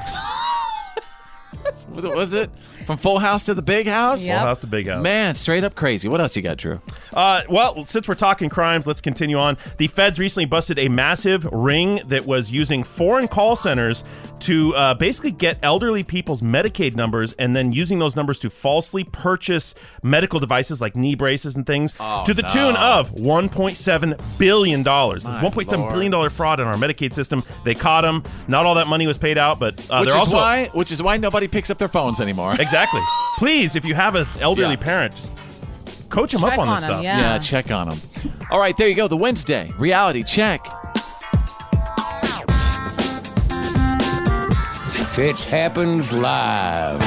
[SPEAKER 1] What was it from Full House to the Big House?
[SPEAKER 8] Yep. Full House
[SPEAKER 2] to Big House.
[SPEAKER 1] Man, straight up crazy. What else you got, Drew?
[SPEAKER 2] Uh, well, since we're talking crimes, let's continue on. The feds recently busted a massive ring that was using foreign call centers to uh, basically get elderly people's Medicaid numbers and then using those numbers to falsely purchase medical devices like knee braces and things to the
[SPEAKER 1] Oh, no.
[SPEAKER 2] tune of $1.7 billion.
[SPEAKER 1] My
[SPEAKER 2] $1.7
[SPEAKER 1] Lord.
[SPEAKER 2] billion dollar fraud in our Medicaid system. They caught them. Not all that money was paid out, but uh,
[SPEAKER 1] which
[SPEAKER 2] they're
[SPEAKER 1] is
[SPEAKER 2] also.
[SPEAKER 1] why, which is why nobody picks up their phones anymore.
[SPEAKER 2] Exactly. Please, if you have an elderly
[SPEAKER 1] Yeah.
[SPEAKER 2] parent, just coach them up on, this stuff.
[SPEAKER 1] yeah. check on them. All right, there you go. The Wednesday reality check.
[SPEAKER 9] Fitz happens live.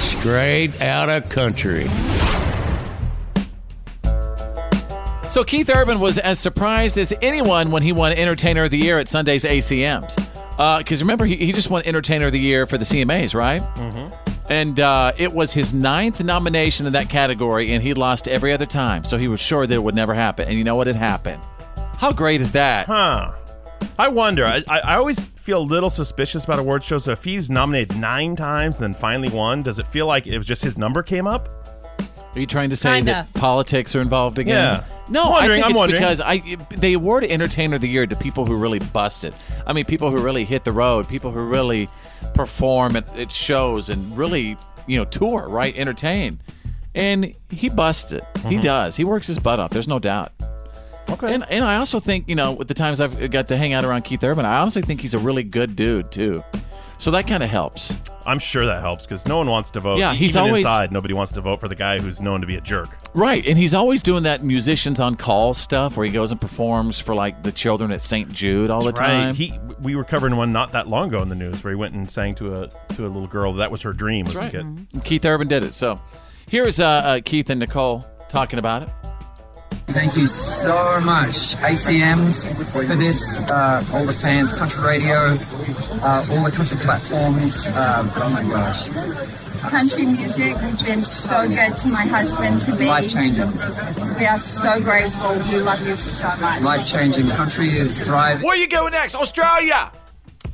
[SPEAKER 9] Straight out of country.
[SPEAKER 1] So Keith Urban was as surprised as anyone when he won Entertainer of the Year at Sunday's ACMs. Because Uh, remember, he, he just won Entertainer of the Year for the CMAs, right? Mm-hmm. And uh, it was his ninth nomination in that category, and he lost every other time. So he was sure that it would never happen. And you know what? It happened. How great is that?
[SPEAKER 2] Huh. I wonder. I, I I always feel a little suspicious about award shows. So if he's nominated nine times and then finally won, does it feel like it was just his number came up?
[SPEAKER 1] Are you trying to say
[SPEAKER 2] Kinda.
[SPEAKER 1] that politics are involved again?
[SPEAKER 2] Yeah.
[SPEAKER 1] No, I
[SPEAKER 2] Wondering,
[SPEAKER 1] think
[SPEAKER 2] I'm
[SPEAKER 1] it's
[SPEAKER 2] wondering.
[SPEAKER 1] because I they award Entertainer of the Year to people who really bust it. I mean, people who really hit the road, people who really perform at, at shows and really, you know, tour, right? Entertain. And he busts it. He
[SPEAKER 2] Mm-hmm.
[SPEAKER 4] Mhm.
[SPEAKER 1] does. He works his butt off. There's no doubt. Okay. And, and I also think, you know, with the times I've got to hang out around Keith Urban, I honestly think he's a really good dude, too. So that kind of helps.
[SPEAKER 2] I'm sure that helps because no one wants to vote.
[SPEAKER 1] Yeah,
[SPEAKER 2] E-
[SPEAKER 1] he's
[SPEAKER 2] Even
[SPEAKER 1] always-
[SPEAKER 2] inside. Nobody wants to vote for the guy who's known to be a jerk.
[SPEAKER 1] Right, and he's always doing that musicians on call stuff where he goes and performs for like the children at St. Jude all
[SPEAKER 2] That's
[SPEAKER 1] the time.
[SPEAKER 2] Right. He, we were covering one not that long ago in the news where he went and sang to a to a little girl. That was her dream. Was
[SPEAKER 1] That's
[SPEAKER 2] to
[SPEAKER 1] right.
[SPEAKER 2] get
[SPEAKER 1] Keith Urban did it. So here's uh, uh, Keith and Nicole talking about it.
[SPEAKER 3] Thank you so much, ACMs, for this, uh, all the fans, country radio, uh, all the country platforms. Uh, oh my gosh.
[SPEAKER 10] Country music has been so good to my husband to be.
[SPEAKER 3] Life changing.
[SPEAKER 10] We are so grateful. We love you so much.
[SPEAKER 3] Life changing. Country is thriving.
[SPEAKER 1] Where you going next? Australia.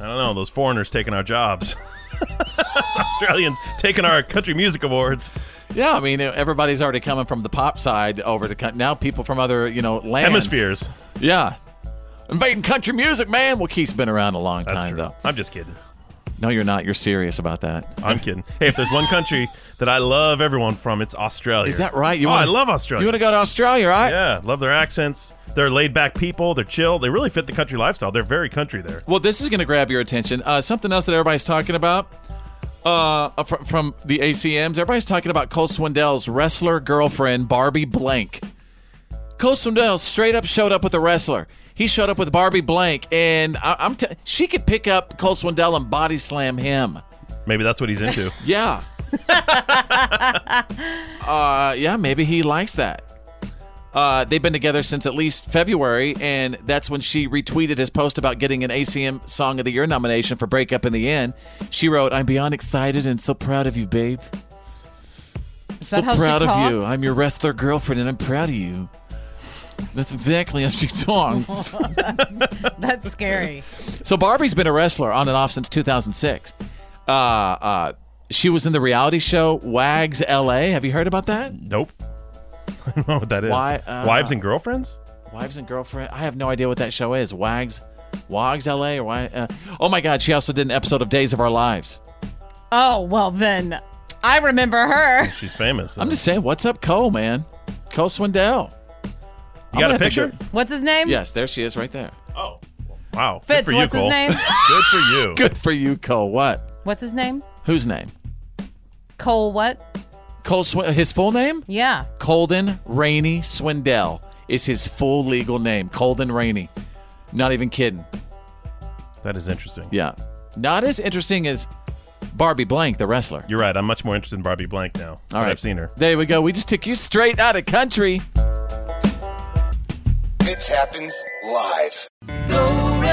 [SPEAKER 2] I don't know. Those foreigners taking our jobs. Australians taking our country music awards.
[SPEAKER 1] Yeah, I mean everybody's already coming from the pop side over to con- now people from other you know lands
[SPEAKER 2] Hemispheres.
[SPEAKER 1] Yeah, invading country music, man. Well, Keith's been around a long time though.
[SPEAKER 2] I'm just kidding.
[SPEAKER 1] No, you're not. You're serious about that.
[SPEAKER 2] I'm kidding. Hey, if there's one country that I love everyone from, it's Australia.
[SPEAKER 1] Is that right?
[SPEAKER 2] You
[SPEAKER 1] You
[SPEAKER 2] oh,
[SPEAKER 1] wanna-
[SPEAKER 2] I love Australia.
[SPEAKER 1] you wanna go to Australia, right?
[SPEAKER 2] Yeah, love their accents. They're laid back people. They're chill. They really fit the country lifestyle. They're very country there.
[SPEAKER 1] Well, this is going to grab your attention. Uh, something else that everybody's talking about uh, fr- from the ACMs. Everybody's talking about Cole Swindell's wrestler girlfriend, Barbie Blank. Cole Swindell straight up showed up with a wrestler. He showed up with Barbie Blank, and I- I'm t- she could pick up Cole Swindell and body slam him.
[SPEAKER 2] Maybe that's what he's into.
[SPEAKER 1] yeah. uh, yeah, maybe he likes that. Uh, they've been together since at least February, and that's when she retweeted his post about getting an ACM Song of the Year nomination for Break Up in the End. She wrote, I'm beyond excited and so proud of you, babe.
[SPEAKER 8] Is
[SPEAKER 1] So
[SPEAKER 8] that how she
[SPEAKER 1] proud of you.
[SPEAKER 8] talks?
[SPEAKER 1] I'm your wrestler girlfriend, and I'm proud of you. That's exactly how she talks.
[SPEAKER 8] That's scary.
[SPEAKER 1] So Barbie's been a wrestler on and off since 2006. Uh, uh, she was in the reality show Wags LA. Have you heard about that?
[SPEAKER 2] Nope. I don't know what that is.
[SPEAKER 1] Why, uh,
[SPEAKER 2] Wives and girlfriends?
[SPEAKER 1] Wives and girlfriend. I have no idea what that show is. Wags, Wags LA or why? Uh, oh my God! She also did an episode of Days of Our Lives.
[SPEAKER 8] Oh, well, then I remember her.
[SPEAKER 2] She's famous.
[SPEAKER 1] I'm just saying, what's up, Cole? Man, Cole Swindell.
[SPEAKER 2] You got a picture?
[SPEAKER 8] What's his name?
[SPEAKER 1] Yes, there she is, right there.
[SPEAKER 2] Oh, wow.
[SPEAKER 8] Fitz, what's his name?
[SPEAKER 2] Good for you.
[SPEAKER 1] Good for you, Cole. What?
[SPEAKER 8] What's his name?
[SPEAKER 1] Whose name?
[SPEAKER 8] Cole what?
[SPEAKER 1] Cole Swin. His full name?
[SPEAKER 8] Yeah.
[SPEAKER 1] Colden Rainey Swindell is his full legal name. Colden Rainey. Not even kidding.
[SPEAKER 2] That is interesting.
[SPEAKER 1] Yeah. Not as interesting as Barbie Blank, the wrestler.
[SPEAKER 2] You're right. I'm much more interested in Barbie Blank now.
[SPEAKER 1] All right.
[SPEAKER 2] I've seen her.
[SPEAKER 1] There we go. We just took you straight out of country.
[SPEAKER 5] Fitz happens live.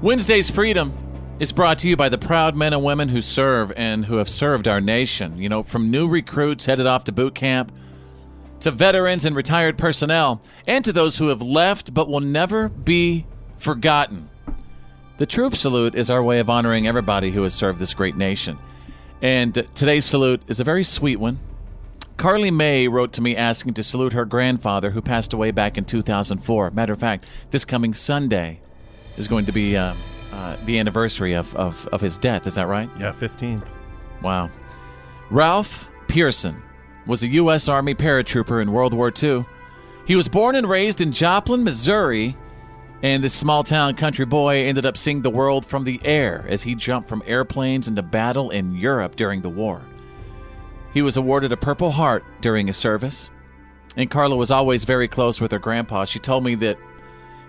[SPEAKER 1] Wednesday's Freedom is brought to you by the proud men and women who serve and who have served our nation. You know, from new recruits headed off to boot camp to veterans and retired personnel, and to those who have left but will never be forgotten. The troop salute is our way of honoring everybody who has served this great nation. And uh, today's salute is a very sweet one. Carly May wrote to me asking to salute her grandfather who passed away back in 2004. Matter of fact, this coming Sunday is going to be uh, uh, the anniversary of, of, of his death. Is that right?
[SPEAKER 2] Yeah, 15th.
[SPEAKER 1] Wow. Ralph Pearson was a U.S. Army paratrooper in World War II. He was born and raised in Joplin, Missouri, and this small town country boy ended up seeing the world from the air as he jumped from airplanes into battle in Europe during the war. He was awarded a Purple Heart during his service, and Carla was always very close with her grandpa. She told me that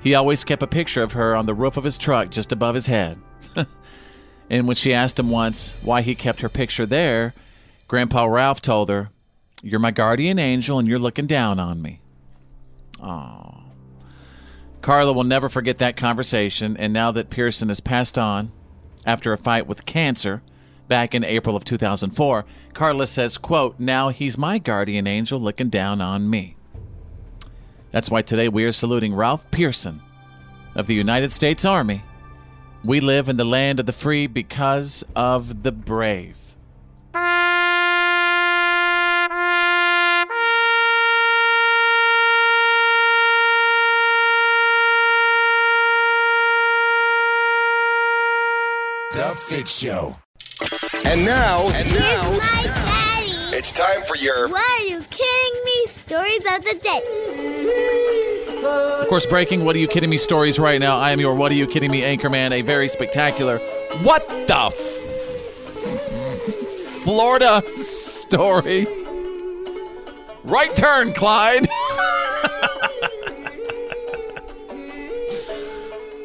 [SPEAKER 1] he always kept a picture of her on the roof of his truck just above his head. and when she asked him once why he kept her picture there, Grandpa Ralph told her, You're my guardian angel and you're looking down on me. Aww. Carla will never forget that conversation, and now that Pearson has passed on after a fight with cancer back in April of 2004, Carla says, quote, Now he's my guardian angel looking down on me. That's why today we are saluting Ralph Pearson of the United States Army. We live in the land of the free because of the brave.
[SPEAKER 5] The Fit Show. And now, and now,
[SPEAKER 7] my daddy.
[SPEAKER 5] it's time for your.
[SPEAKER 7] Why are you kidding me? Stories of the day.
[SPEAKER 1] Of course, breaking What Are You Kidding Me stories right now. I am your What Are You Kidding Me anchorman, a very spectacular What the f- Florida story. Right turn, Clyde.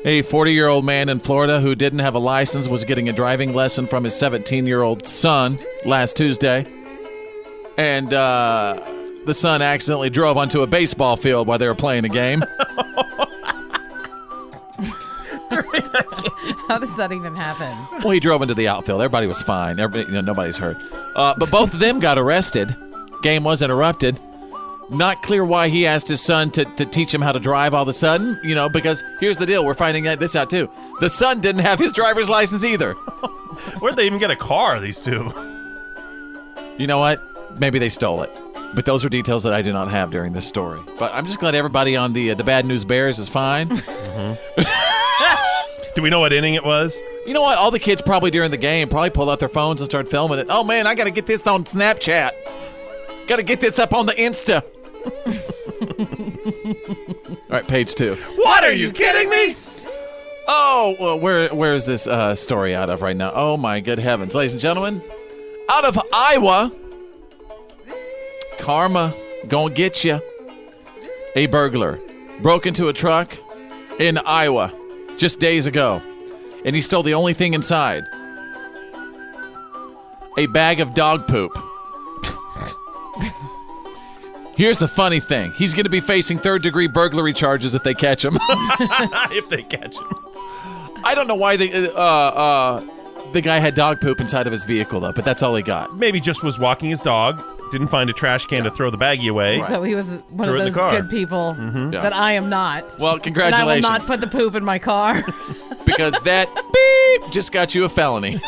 [SPEAKER 1] a 40 year old man in Florida who didn't have a license was getting a driving lesson from his 17 year old son last Tuesday. And uh, the son accidentally drove onto a baseball field while they were playing a game.
[SPEAKER 8] How does that even happen?
[SPEAKER 1] Well, he drove into the outfield. Everybody was fine. Everybody, you know, nobody's hurt. Uh, but both of them got arrested. Game was interrupted. Not clear why he asked his son to, to teach him how to drive all of a sudden, you know, because here's the deal. We're finding out this out too. The son didn't have his driver's license either.
[SPEAKER 2] Where'd they even get a car, these two?
[SPEAKER 1] You know what? Maybe they stole it. But those are details that I do not have during this story. But I'm just glad everybody on the uh, the Bad News Bears is fine.
[SPEAKER 2] Do we know what inning it was?
[SPEAKER 1] You know what? All the kids probably during the game probably pull out their phones and start filming it. Oh man, I gotta get this on Snapchat. Gotta get this up on the Insta. All right, page two.
[SPEAKER 2] What are you kidding me?
[SPEAKER 1] Oh, well, where where is this uh, story out of right now? Oh my good heavens, ladies and gentlemen, out of Iowa, karma gonna get you. A burglar broke into a truck in Iowa just days ago, and he stole the only thing inside: a bag of dog poop. Here's the funny thing: he's gonna be facing third-degree burglary charges if they catch him.
[SPEAKER 2] if they catch him.
[SPEAKER 1] I don't know why the uh, uh, the guy had dog poop inside of his vehicle though, but that's all he got.
[SPEAKER 2] Maybe just was walking his dog, didn't find a trash can to throw the baggie away.
[SPEAKER 8] So he was one
[SPEAKER 2] Threw it in
[SPEAKER 8] of
[SPEAKER 2] the
[SPEAKER 8] those
[SPEAKER 2] car.
[SPEAKER 8] good people
[SPEAKER 2] Mhm. Yeah.
[SPEAKER 8] that I am
[SPEAKER 1] Well,
[SPEAKER 8] not. And I will
[SPEAKER 1] congratulations,
[SPEAKER 8] not put the poop in my car.
[SPEAKER 1] because that beep just got you a felony.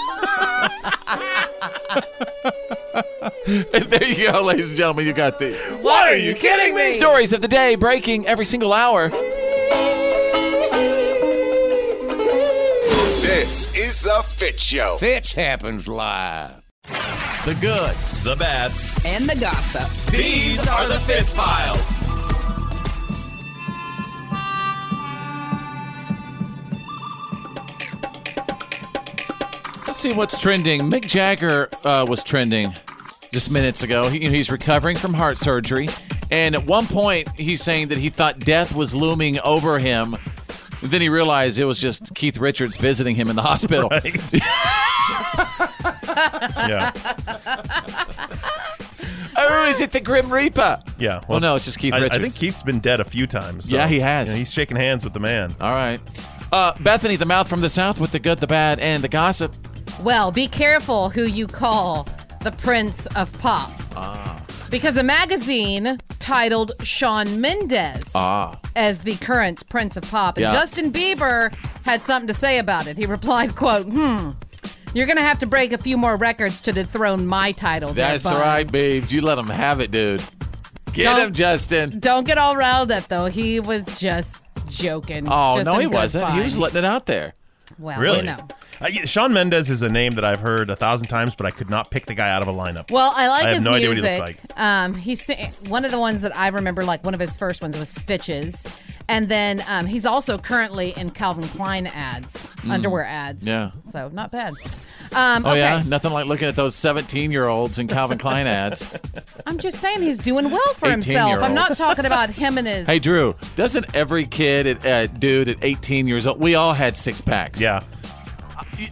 [SPEAKER 1] and there you go, ladies and gentlemen. You got the.
[SPEAKER 2] What are you kidding me?
[SPEAKER 1] Stories of the day breaking every single hour.
[SPEAKER 5] This is the Fit Show.
[SPEAKER 9] Fitch happens live.
[SPEAKER 1] The good,
[SPEAKER 2] the bad.
[SPEAKER 4] And the gossip.
[SPEAKER 9] These are the Fitz
[SPEAKER 2] Files.
[SPEAKER 1] Let's see what's trending. Mick Jagger uh, was trending just minutes ago. He, he's recovering from heart surgery. And at one point, he's saying that he thought death was looming over him. Then he realized it was just Keith Richards visiting him in the hospital.
[SPEAKER 2] Yeah.
[SPEAKER 1] oh, is it the Grim Reaper?
[SPEAKER 2] Yeah. Well,
[SPEAKER 1] no, it's just Keith
[SPEAKER 2] I, I
[SPEAKER 1] Richards.
[SPEAKER 2] think Keith's been dead a few times. so,
[SPEAKER 1] Yeah, he has.
[SPEAKER 2] you know, he's shaking hands with the man.
[SPEAKER 1] All right. Uh, Bethany, the mouth from the south with the good, the bad, and the gossip.
[SPEAKER 8] well, be careful who you call the Prince of Pop.
[SPEAKER 1] Ah.
[SPEAKER 8] Because a magazine titled Sean Mendez
[SPEAKER 1] Ah.
[SPEAKER 8] as the current Prince of Pop and
[SPEAKER 1] Yeah.
[SPEAKER 8] Justin Bieber had something to say about it. He replied, quote, hmm, you're going to have to break a few more records to dethrone my title. there,
[SPEAKER 1] That's
[SPEAKER 8] bud."
[SPEAKER 1] right, babes. You let him have it, dude. Get him, Justin.
[SPEAKER 8] Don't get all riled up, though. He was just joking.
[SPEAKER 1] Oh
[SPEAKER 8] Just
[SPEAKER 1] no,
[SPEAKER 8] in
[SPEAKER 1] he
[SPEAKER 8] good
[SPEAKER 1] wasn't. He
[SPEAKER 8] fun.
[SPEAKER 1] was letting it out there.
[SPEAKER 8] Well, you
[SPEAKER 2] really?
[SPEAKER 8] know.
[SPEAKER 2] Uh, yeah, Sean Mendez is a name that I've heard a thousand times, but I could not pick the guy out of a lineup.
[SPEAKER 8] Well, I like
[SPEAKER 2] I have
[SPEAKER 8] his
[SPEAKER 2] no idea what he
[SPEAKER 8] music.
[SPEAKER 2] looks like.
[SPEAKER 8] Um, he sang, one of the ones that I remember, like one of his first ones was Stitches, and then um, he's also currently in Calvin Klein ads,
[SPEAKER 1] Mm.
[SPEAKER 8] underwear ads.
[SPEAKER 1] Yeah.
[SPEAKER 8] So not bad. Um,
[SPEAKER 1] Oh
[SPEAKER 8] okay.
[SPEAKER 1] yeah, nothing like looking at those seventeen-year-olds in Calvin Klein ads.
[SPEAKER 8] I'm just saying he's doing well for himself. I'm not
[SPEAKER 1] 18-year-olds.
[SPEAKER 8] talking about him and his.
[SPEAKER 1] Hey, Drew, doesn't every kid, at, uh, dude, at 18 years old, we all had six packs?
[SPEAKER 2] Yeah.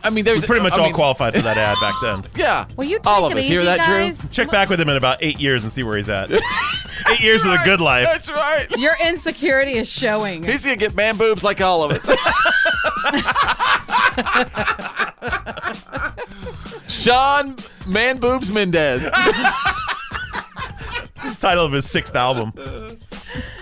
[SPEAKER 1] I mean, there's
[SPEAKER 2] We pretty much
[SPEAKER 1] I
[SPEAKER 2] all
[SPEAKER 1] mean-
[SPEAKER 2] qualified for that ad back then.
[SPEAKER 1] Yeah.
[SPEAKER 8] Well, you
[SPEAKER 1] all
[SPEAKER 8] take
[SPEAKER 1] of
[SPEAKER 8] it
[SPEAKER 1] us hear
[SPEAKER 8] easy,
[SPEAKER 1] that,
[SPEAKER 8] guys.
[SPEAKER 1] Drew.
[SPEAKER 2] Check back with him in about eight years and see where he's at. eight years is a good life.
[SPEAKER 1] That's right.
[SPEAKER 8] Your insecurity is showing.
[SPEAKER 1] He's gonna get man boobs like all of us. Sean Man Boobs Mendez.
[SPEAKER 2] Title of his sixth album.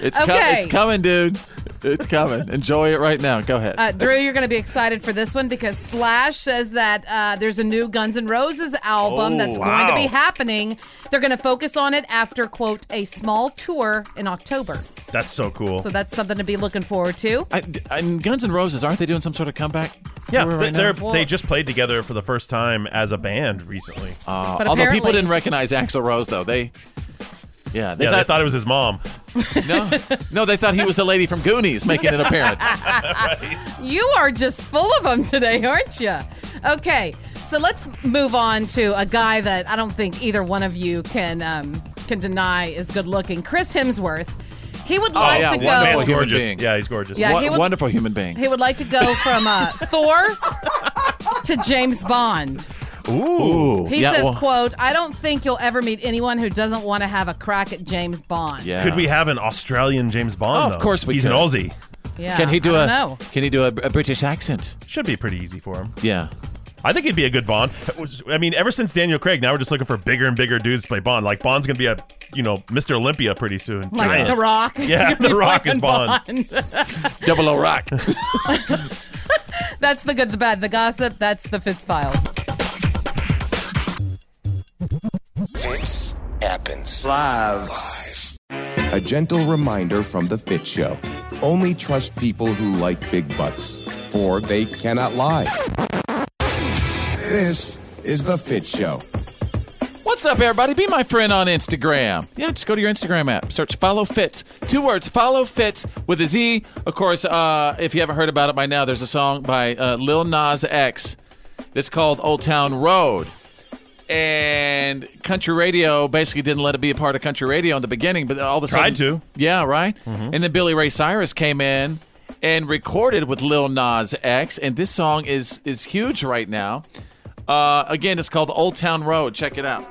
[SPEAKER 1] It's com-
[SPEAKER 8] Okay.
[SPEAKER 1] it's coming, dude. It's coming. Enjoy it right now. Go ahead.
[SPEAKER 8] Uh, Drew, you're going to be excited for this one because Slash says that uh, there's a new Guns N' Roses album
[SPEAKER 1] Oh,
[SPEAKER 8] that's going to be
[SPEAKER 1] wow.
[SPEAKER 8] happening. They're going to focus on it after, quote, a small tour in October.
[SPEAKER 2] That's so cool.
[SPEAKER 8] So that's something to be looking forward to.
[SPEAKER 1] I, and Guns N' Roses aren't they doing some sort of comeback?
[SPEAKER 2] Yeah,
[SPEAKER 1] tour
[SPEAKER 2] they,
[SPEAKER 1] right
[SPEAKER 2] they're,
[SPEAKER 1] now?
[SPEAKER 2] they just played together for the first time as a band recently.
[SPEAKER 1] Uh, although people didn't recognize Axl Rose though, they yeah
[SPEAKER 2] Yeah, they thought it was his mom.
[SPEAKER 1] no, no, they thought he was the lady from Goonies making an appearance.
[SPEAKER 8] You are just full of them today, aren't you? Okay, so let's move on to a guy that I don't think either one of you can um, can deny is good looking. Chris Hemsworth. He would like to go.
[SPEAKER 1] Oh, wonderful human
[SPEAKER 2] gorgeous.
[SPEAKER 1] being.
[SPEAKER 2] Yeah, he's gorgeous.
[SPEAKER 8] Yeah,
[SPEAKER 1] Wo-
[SPEAKER 8] he would-
[SPEAKER 1] wonderful human being.
[SPEAKER 8] He would like to go from uh, Thor to James Bond.
[SPEAKER 1] Ooh,
[SPEAKER 8] He
[SPEAKER 1] yeah,
[SPEAKER 8] says,
[SPEAKER 1] well,
[SPEAKER 8] "quote I don't think you'll ever meet anyone who doesn't want to have a crack at James Bond."
[SPEAKER 1] Yeah.
[SPEAKER 2] Could we have an Australian James Bond?
[SPEAKER 1] Oh, of
[SPEAKER 2] though?
[SPEAKER 1] course we
[SPEAKER 2] He's an
[SPEAKER 1] could.
[SPEAKER 2] Aussie.
[SPEAKER 8] Yeah,
[SPEAKER 1] Can he do
[SPEAKER 8] I
[SPEAKER 1] a?
[SPEAKER 8] don't know.
[SPEAKER 1] Can he do a, a British accent?
[SPEAKER 2] Should be pretty easy for him.
[SPEAKER 1] Yeah.
[SPEAKER 2] I think he'd be a good Bond. I mean, ever since Daniel Craig, now we're just looking for bigger and bigger dudes to play Bond. Like Bond's gonna be a, you know, Mr. Olympia pretty soon.
[SPEAKER 8] Like
[SPEAKER 2] Giant.
[SPEAKER 8] The Rock.
[SPEAKER 2] Yeah, The Rock is Bond.
[SPEAKER 1] Double O Rock.
[SPEAKER 8] that's the good, the bad, the gossip. That's the Fitz files.
[SPEAKER 5] Fits happens live. live. A gentle reminder from The Fit Show. Only trust people who like big butts, for they cannot lie. This is The Fit Show.
[SPEAKER 1] What's up, everybody? Be my friend on Instagram. Yeah, just go to your Instagram app. Search Follow Fits. Two words, Follow Fits with a Z. Of course, uh, if you haven't heard about it by now, there's a song by uh, Lil Nas X. It's called Old Town Road. And country radio basically didn't let it be a part of country radio in the beginning, but all of a sudden.
[SPEAKER 2] Tried to. Mm-hmm.
[SPEAKER 1] Yeah, right? And then Billy Ray Cyrus came in and recorded with Lil Nas X, and this song is is huge right now. Uh, again, it's called Old Town Road. Check it out.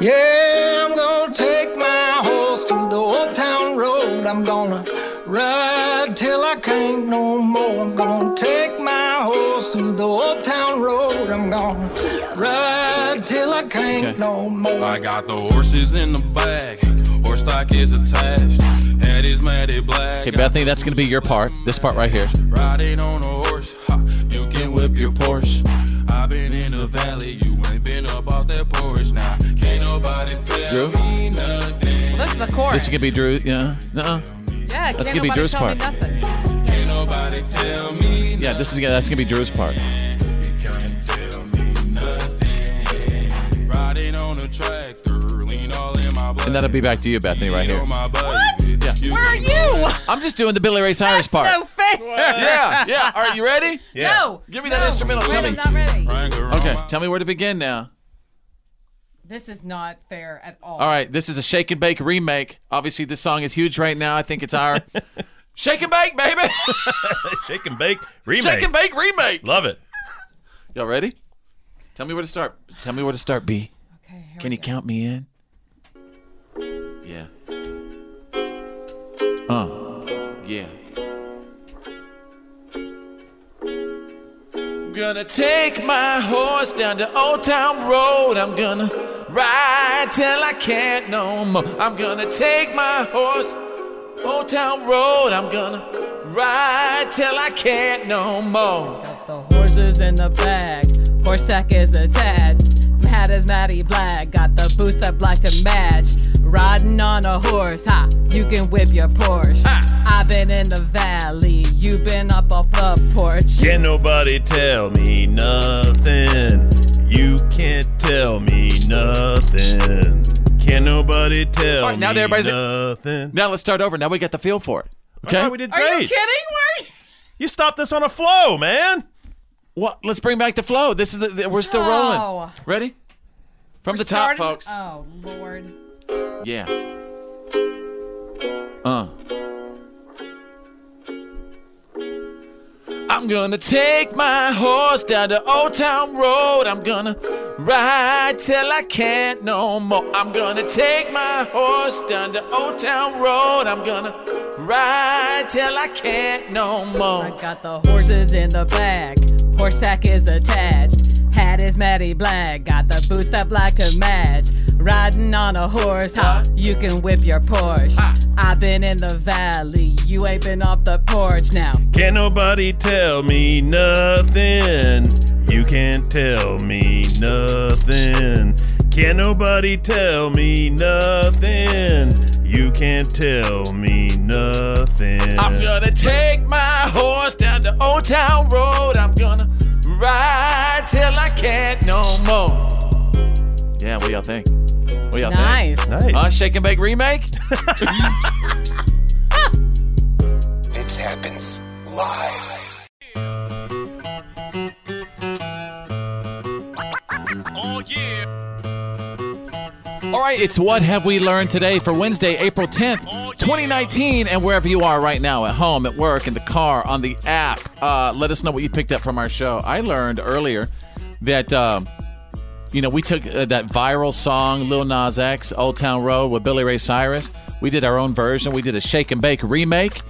[SPEAKER 4] Yeah, I'm gonna take my horse through the old town road. I'm gonna ride till I can't no more. I'm gonna take my horse through the old town road. I'm gonna ride till I can't no more.
[SPEAKER 13] I got the horses in the back, horse stock is attached, head is matted black.
[SPEAKER 1] Okay, Bethany, that's going to be your part. This part right here.
[SPEAKER 13] Riding on a horse, ha, you can whip your Porsche. I've been in the valley, you ain't been up off that porch now. Can't nobody tell
[SPEAKER 1] Drew?
[SPEAKER 13] me nothing.
[SPEAKER 8] Well, that's the chorus.
[SPEAKER 1] This is going to be Drew. Yeah. Uh-uh.
[SPEAKER 8] yeah,
[SPEAKER 1] That's
[SPEAKER 8] can't
[SPEAKER 1] gonna be
[SPEAKER 8] nobody
[SPEAKER 1] Drew's
[SPEAKER 8] tell me
[SPEAKER 1] part.
[SPEAKER 8] nothing.
[SPEAKER 13] Can't nobody tell me
[SPEAKER 1] Yeah, this is gonna, that's going to be Drew's part.
[SPEAKER 13] nothing. Riding on a tractor, lean all in my blood.
[SPEAKER 1] And that'll be back to you, Bethany, right here.
[SPEAKER 13] What?
[SPEAKER 1] Yeah.
[SPEAKER 8] Where are you?
[SPEAKER 1] I'm just doing the Billy Ray Cyrus part.
[SPEAKER 8] No fair.
[SPEAKER 1] Yeah, yeah. Are you ready?
[SPEAKER 13] Yeah.
[SPEAKER 8] No.
[SPEAKER 1] Give me that instrumental.
[SPEAKER 8] Wait,
[SPEAKER 1] Tell
[SPEAKER 8] I'm
[SPEAKER 1] me.
[SPEAKER 8] not ready.
[SPEAKER 1] Okay, tell me where to begin now.
[SPEAKER 8] This is not fair at all.
[SPEAKER 1] All right, this is a Shake and Bake remake. Obviously, this song is huge right now. I think it's our Shake and Bake, baby.
[SPEAKER 2] Shake and Bake remake.
[SPEAKER 1] Shake and Bake remake.
[SPEAKER 2] Love it.
[SPEAKER 1] Y'all ready? Tell me where to start. Tell me where to start, B. Okay. Can you count me in? Yeah. Uh. Yeah. I'm gonna take my horse down to Old Town Road. I'm gonna ride till I can't no more. I'm gonna take my horse Old Town Road. I'm gonna Ride till I can't no more.
[SPEAKER 8] Horses in the bag, horse stack is a tad. Mad as Maddie Black, got the boost up black to match. Riding on a horse, ha, you can whip your Porsche. I've been in the valley, you've been up off the porch.
[SPEAKER 2] Can nobody tell me nothing? You can't tell me nothing. Can nobody tell
[SPEAKER 1] All right, now
[SPEAKER 2] me
[SPEAKER 1] everybody's-
[SPEAKER 2] nothing?
[SPEAKER 1] Now let's start over. Now we got the feel for it. Okay.
[SPEAKER 2] we did Are you great. kidding?
[SPEAKER 8] Marty?
[SPEAKER 2] You stopped us on a flow, man.
[SPEAKER 1] Well, let's bring back the flow. This is the, the- we're still
[SPEAKER 8] No.
[SPEAKER 1] rolling. Ready? From
[SPEAKER 8] We're
[SPEAKER 1] the top,
[SPEAKER 8] starting-
[SPEAKER 1] folks.
[SPEAKER 8] Oh, Lord.
[SPEAKER 1] Yeah. Uh. I'm gonna take my horse down to Old Town Road. I'm gonna ride till I can't no more. I'm gonna take my horse down to Old Town Road. I'm gonna ride till I can't no more.
[SPEAKER 8] I got the horses in the bag, horse tack is attached. Hat is Maddie Black, got the boots that black to match. Riding on a horse, ha, you can whip your Porsche. I've been in the valley, you ain't been off the porch now.
[SPEAKER 2] Can nobody tell me nothing? You can't tell me nothing. Can nobody tell me nothing? You can't tell me nothing.
[SPEAKER 1] I'm gonna take my horse down to Old Town Road. I'm gonna ride till I can't no more. Yeah, what y'all think? What y'all
[SPEAKER 8] think?
[SPEAKER 1] Nice. Uh, Shake and Bake remake?
[SPEAKER 5] Fitz happens live.
[SPEAKER 13] Oh yeah.
[SPEAKER 1] All right, it's what have we learned today for Wednesday, April 10th, 2019, and wherever you are right now, at home, at work, in the car, on the app, uh, let us know what you picked up from our show. I learned earlier that, um, you know, we took uh, that viral song, Lil Nas X, Old Town Road with Billy Ray Cyrus. We did our own version. We did a shake and bake remake,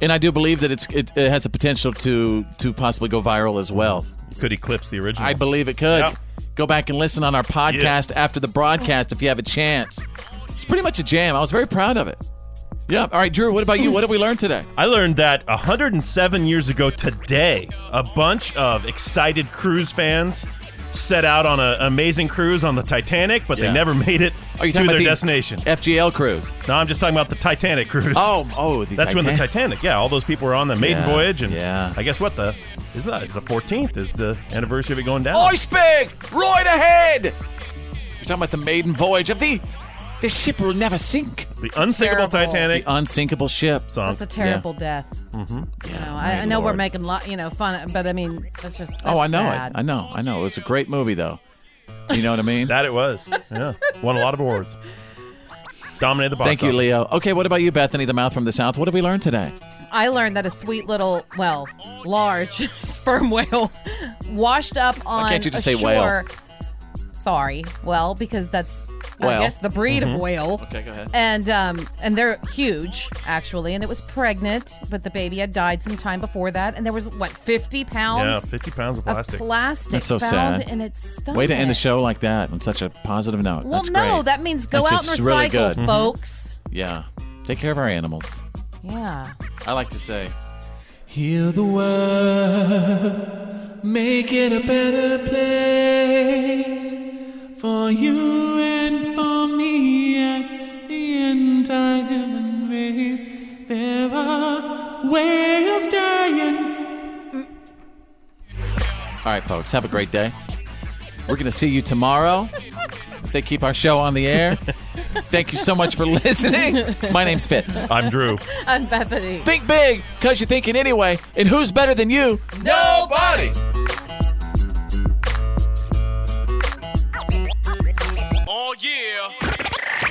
[SPEAKER 1] and I do believe that it's it, it has the potential to to possibly go viral as well.
[SPEAKER 2] Could eclipse the original.
[SPEAKER 1] I believe it could. Go back and listen on our podcast after the broadcast if you have a chance. It's pretty much a jam. I was very proud of it. Yeah. All right, Drew, what about you? What have we learned today? Oh,
[SPEAKER 2] I learned that 107 years ago today, a bunch of excited cruise fans set out on an amazing cruise on the Titanic, but
[SPEAKER 1] Yeah.
[SPEAKER 2] they never made it
[SPEAKER 1] Are you
[SPEAKER 2] to
[SPEAKER 1] talking
[SPEAKER 2] their
[SPEAKER 1] about the
[SPEAKER 2] destination.
[SPEAKER 1] FGL cruise.
[SPEAKER 2] No, I'm just talking about the Titanic cruise.
[SPEAKER 1] Oh, oh, the
[SPEAKER 2] that's when the
[SPEAKER 1] Titan-
[SPEAKER 2] Titanic. Yeah, all those people were on the maiden
[SPEAKER 1] Yeah,
[SPEAKER 2] voyage, and
[SPEAKER 1] yeah.
[SPEAKER 2] I guess what the is that? It's the 14th is the anniversary of it going down.
[SPEAKER 1] Iceberg, Oh, right ahead. You're talking about the maiden voyage of the the ship will never sink.
[SPEAKER 2] The unsinkable
[SPEAKER 8] Terrible. Titanic.
[SPEAKER 1] The unsinkable ship.
[SPEAKER 2] Song.
[SPEAKER 8] That's a terrible death.
[SPEAKER 1] Mm-hmm.
[SPEAKER 8] You know, I, I know we're making lo- you know fun, but I mean, that's just
[SPEAKER 1] Oh, I
[SPEAKER 8] that's
[SPEAKER 1] know
[SPEAKER 8] sad.
[SPEAKER 1] it. I know. I know. It was a great movie, though. You know what I mean?
[SPEAKER 2] that it was. Yeah, won a lot of awards. Dominated the box.
[SPEAKER 1] Thank you,
[SPEAKER 2] office.
[SPEAKER 1] Leo. Okay, what about you, Bethany, the mouth from the south? What have we learned today?
[SPEAKER 8] I learned that a sweet little, well, large sperm whale washed up on
[SPEAKER 1] can't you just
[SPEAKER 8] a
[SPEAKER 1] say whale?
[SPEAKER 8] shore. Sorry, well, because that's I
[SPEAKER 1] Whale.
[SPEAKER 8] guess the breed
[SPEAKER 1] Mhm.
[SPEAKER 8] of whale.
[SPEAKER 1] Okay, go ahead.
[SPEAKER 8] And um, and they're huge actually, and it was pregnant, but the baby had died some time before that, and there was what fifty
[SPEAKER 2] Yeah,
[SPEAKER 8] pounds
[SPEAKER 2] 50 pounds of plastic.
[SPEAKER 8] of plastic
[SPEAKER 1] That's so
[SPEAKER 8] found
[SPEAKER 1] sad.
[SPEAKER 8] in its stomach.
[SPEAKER 1] Way to end the show like that on such a positive note.
[SPEAKER 8] Well,
[SPEAKER 1] That's
[SPEAKER 8] no,
[SPEAKER 1] great.
[SPEAKER 8] that means go
[SPEAKER 1] That's
[SPEAKER 8] out
[SPEAKER 1] just
[SPEAKER 8] and recycle,
[SPEAKER 1] really good. Mhm.
[SPEAKER 8] folks.
[SPEAKER 1] Yeah. Take care of our animals.
[SPEAKER 8] Yeah.
[SPEAKER 1] I like to say, heal the world, make it a better place for you and for me and the entire human race. There are ways dying. All right, folks, have a great day. We're going to see you tomorrow if they keep our show on the air. Thank you so much for listening. My name's Fitz.
[SPEAKER 2] I'm Drew.
[SPEAKER 8] I'm Bethany.
[SPEAKER 1] Think big, because you're thinking anyway. And who's better than you?
[SPEAKER 8] Nobody.
[SPEAKER 13] Oh yeah.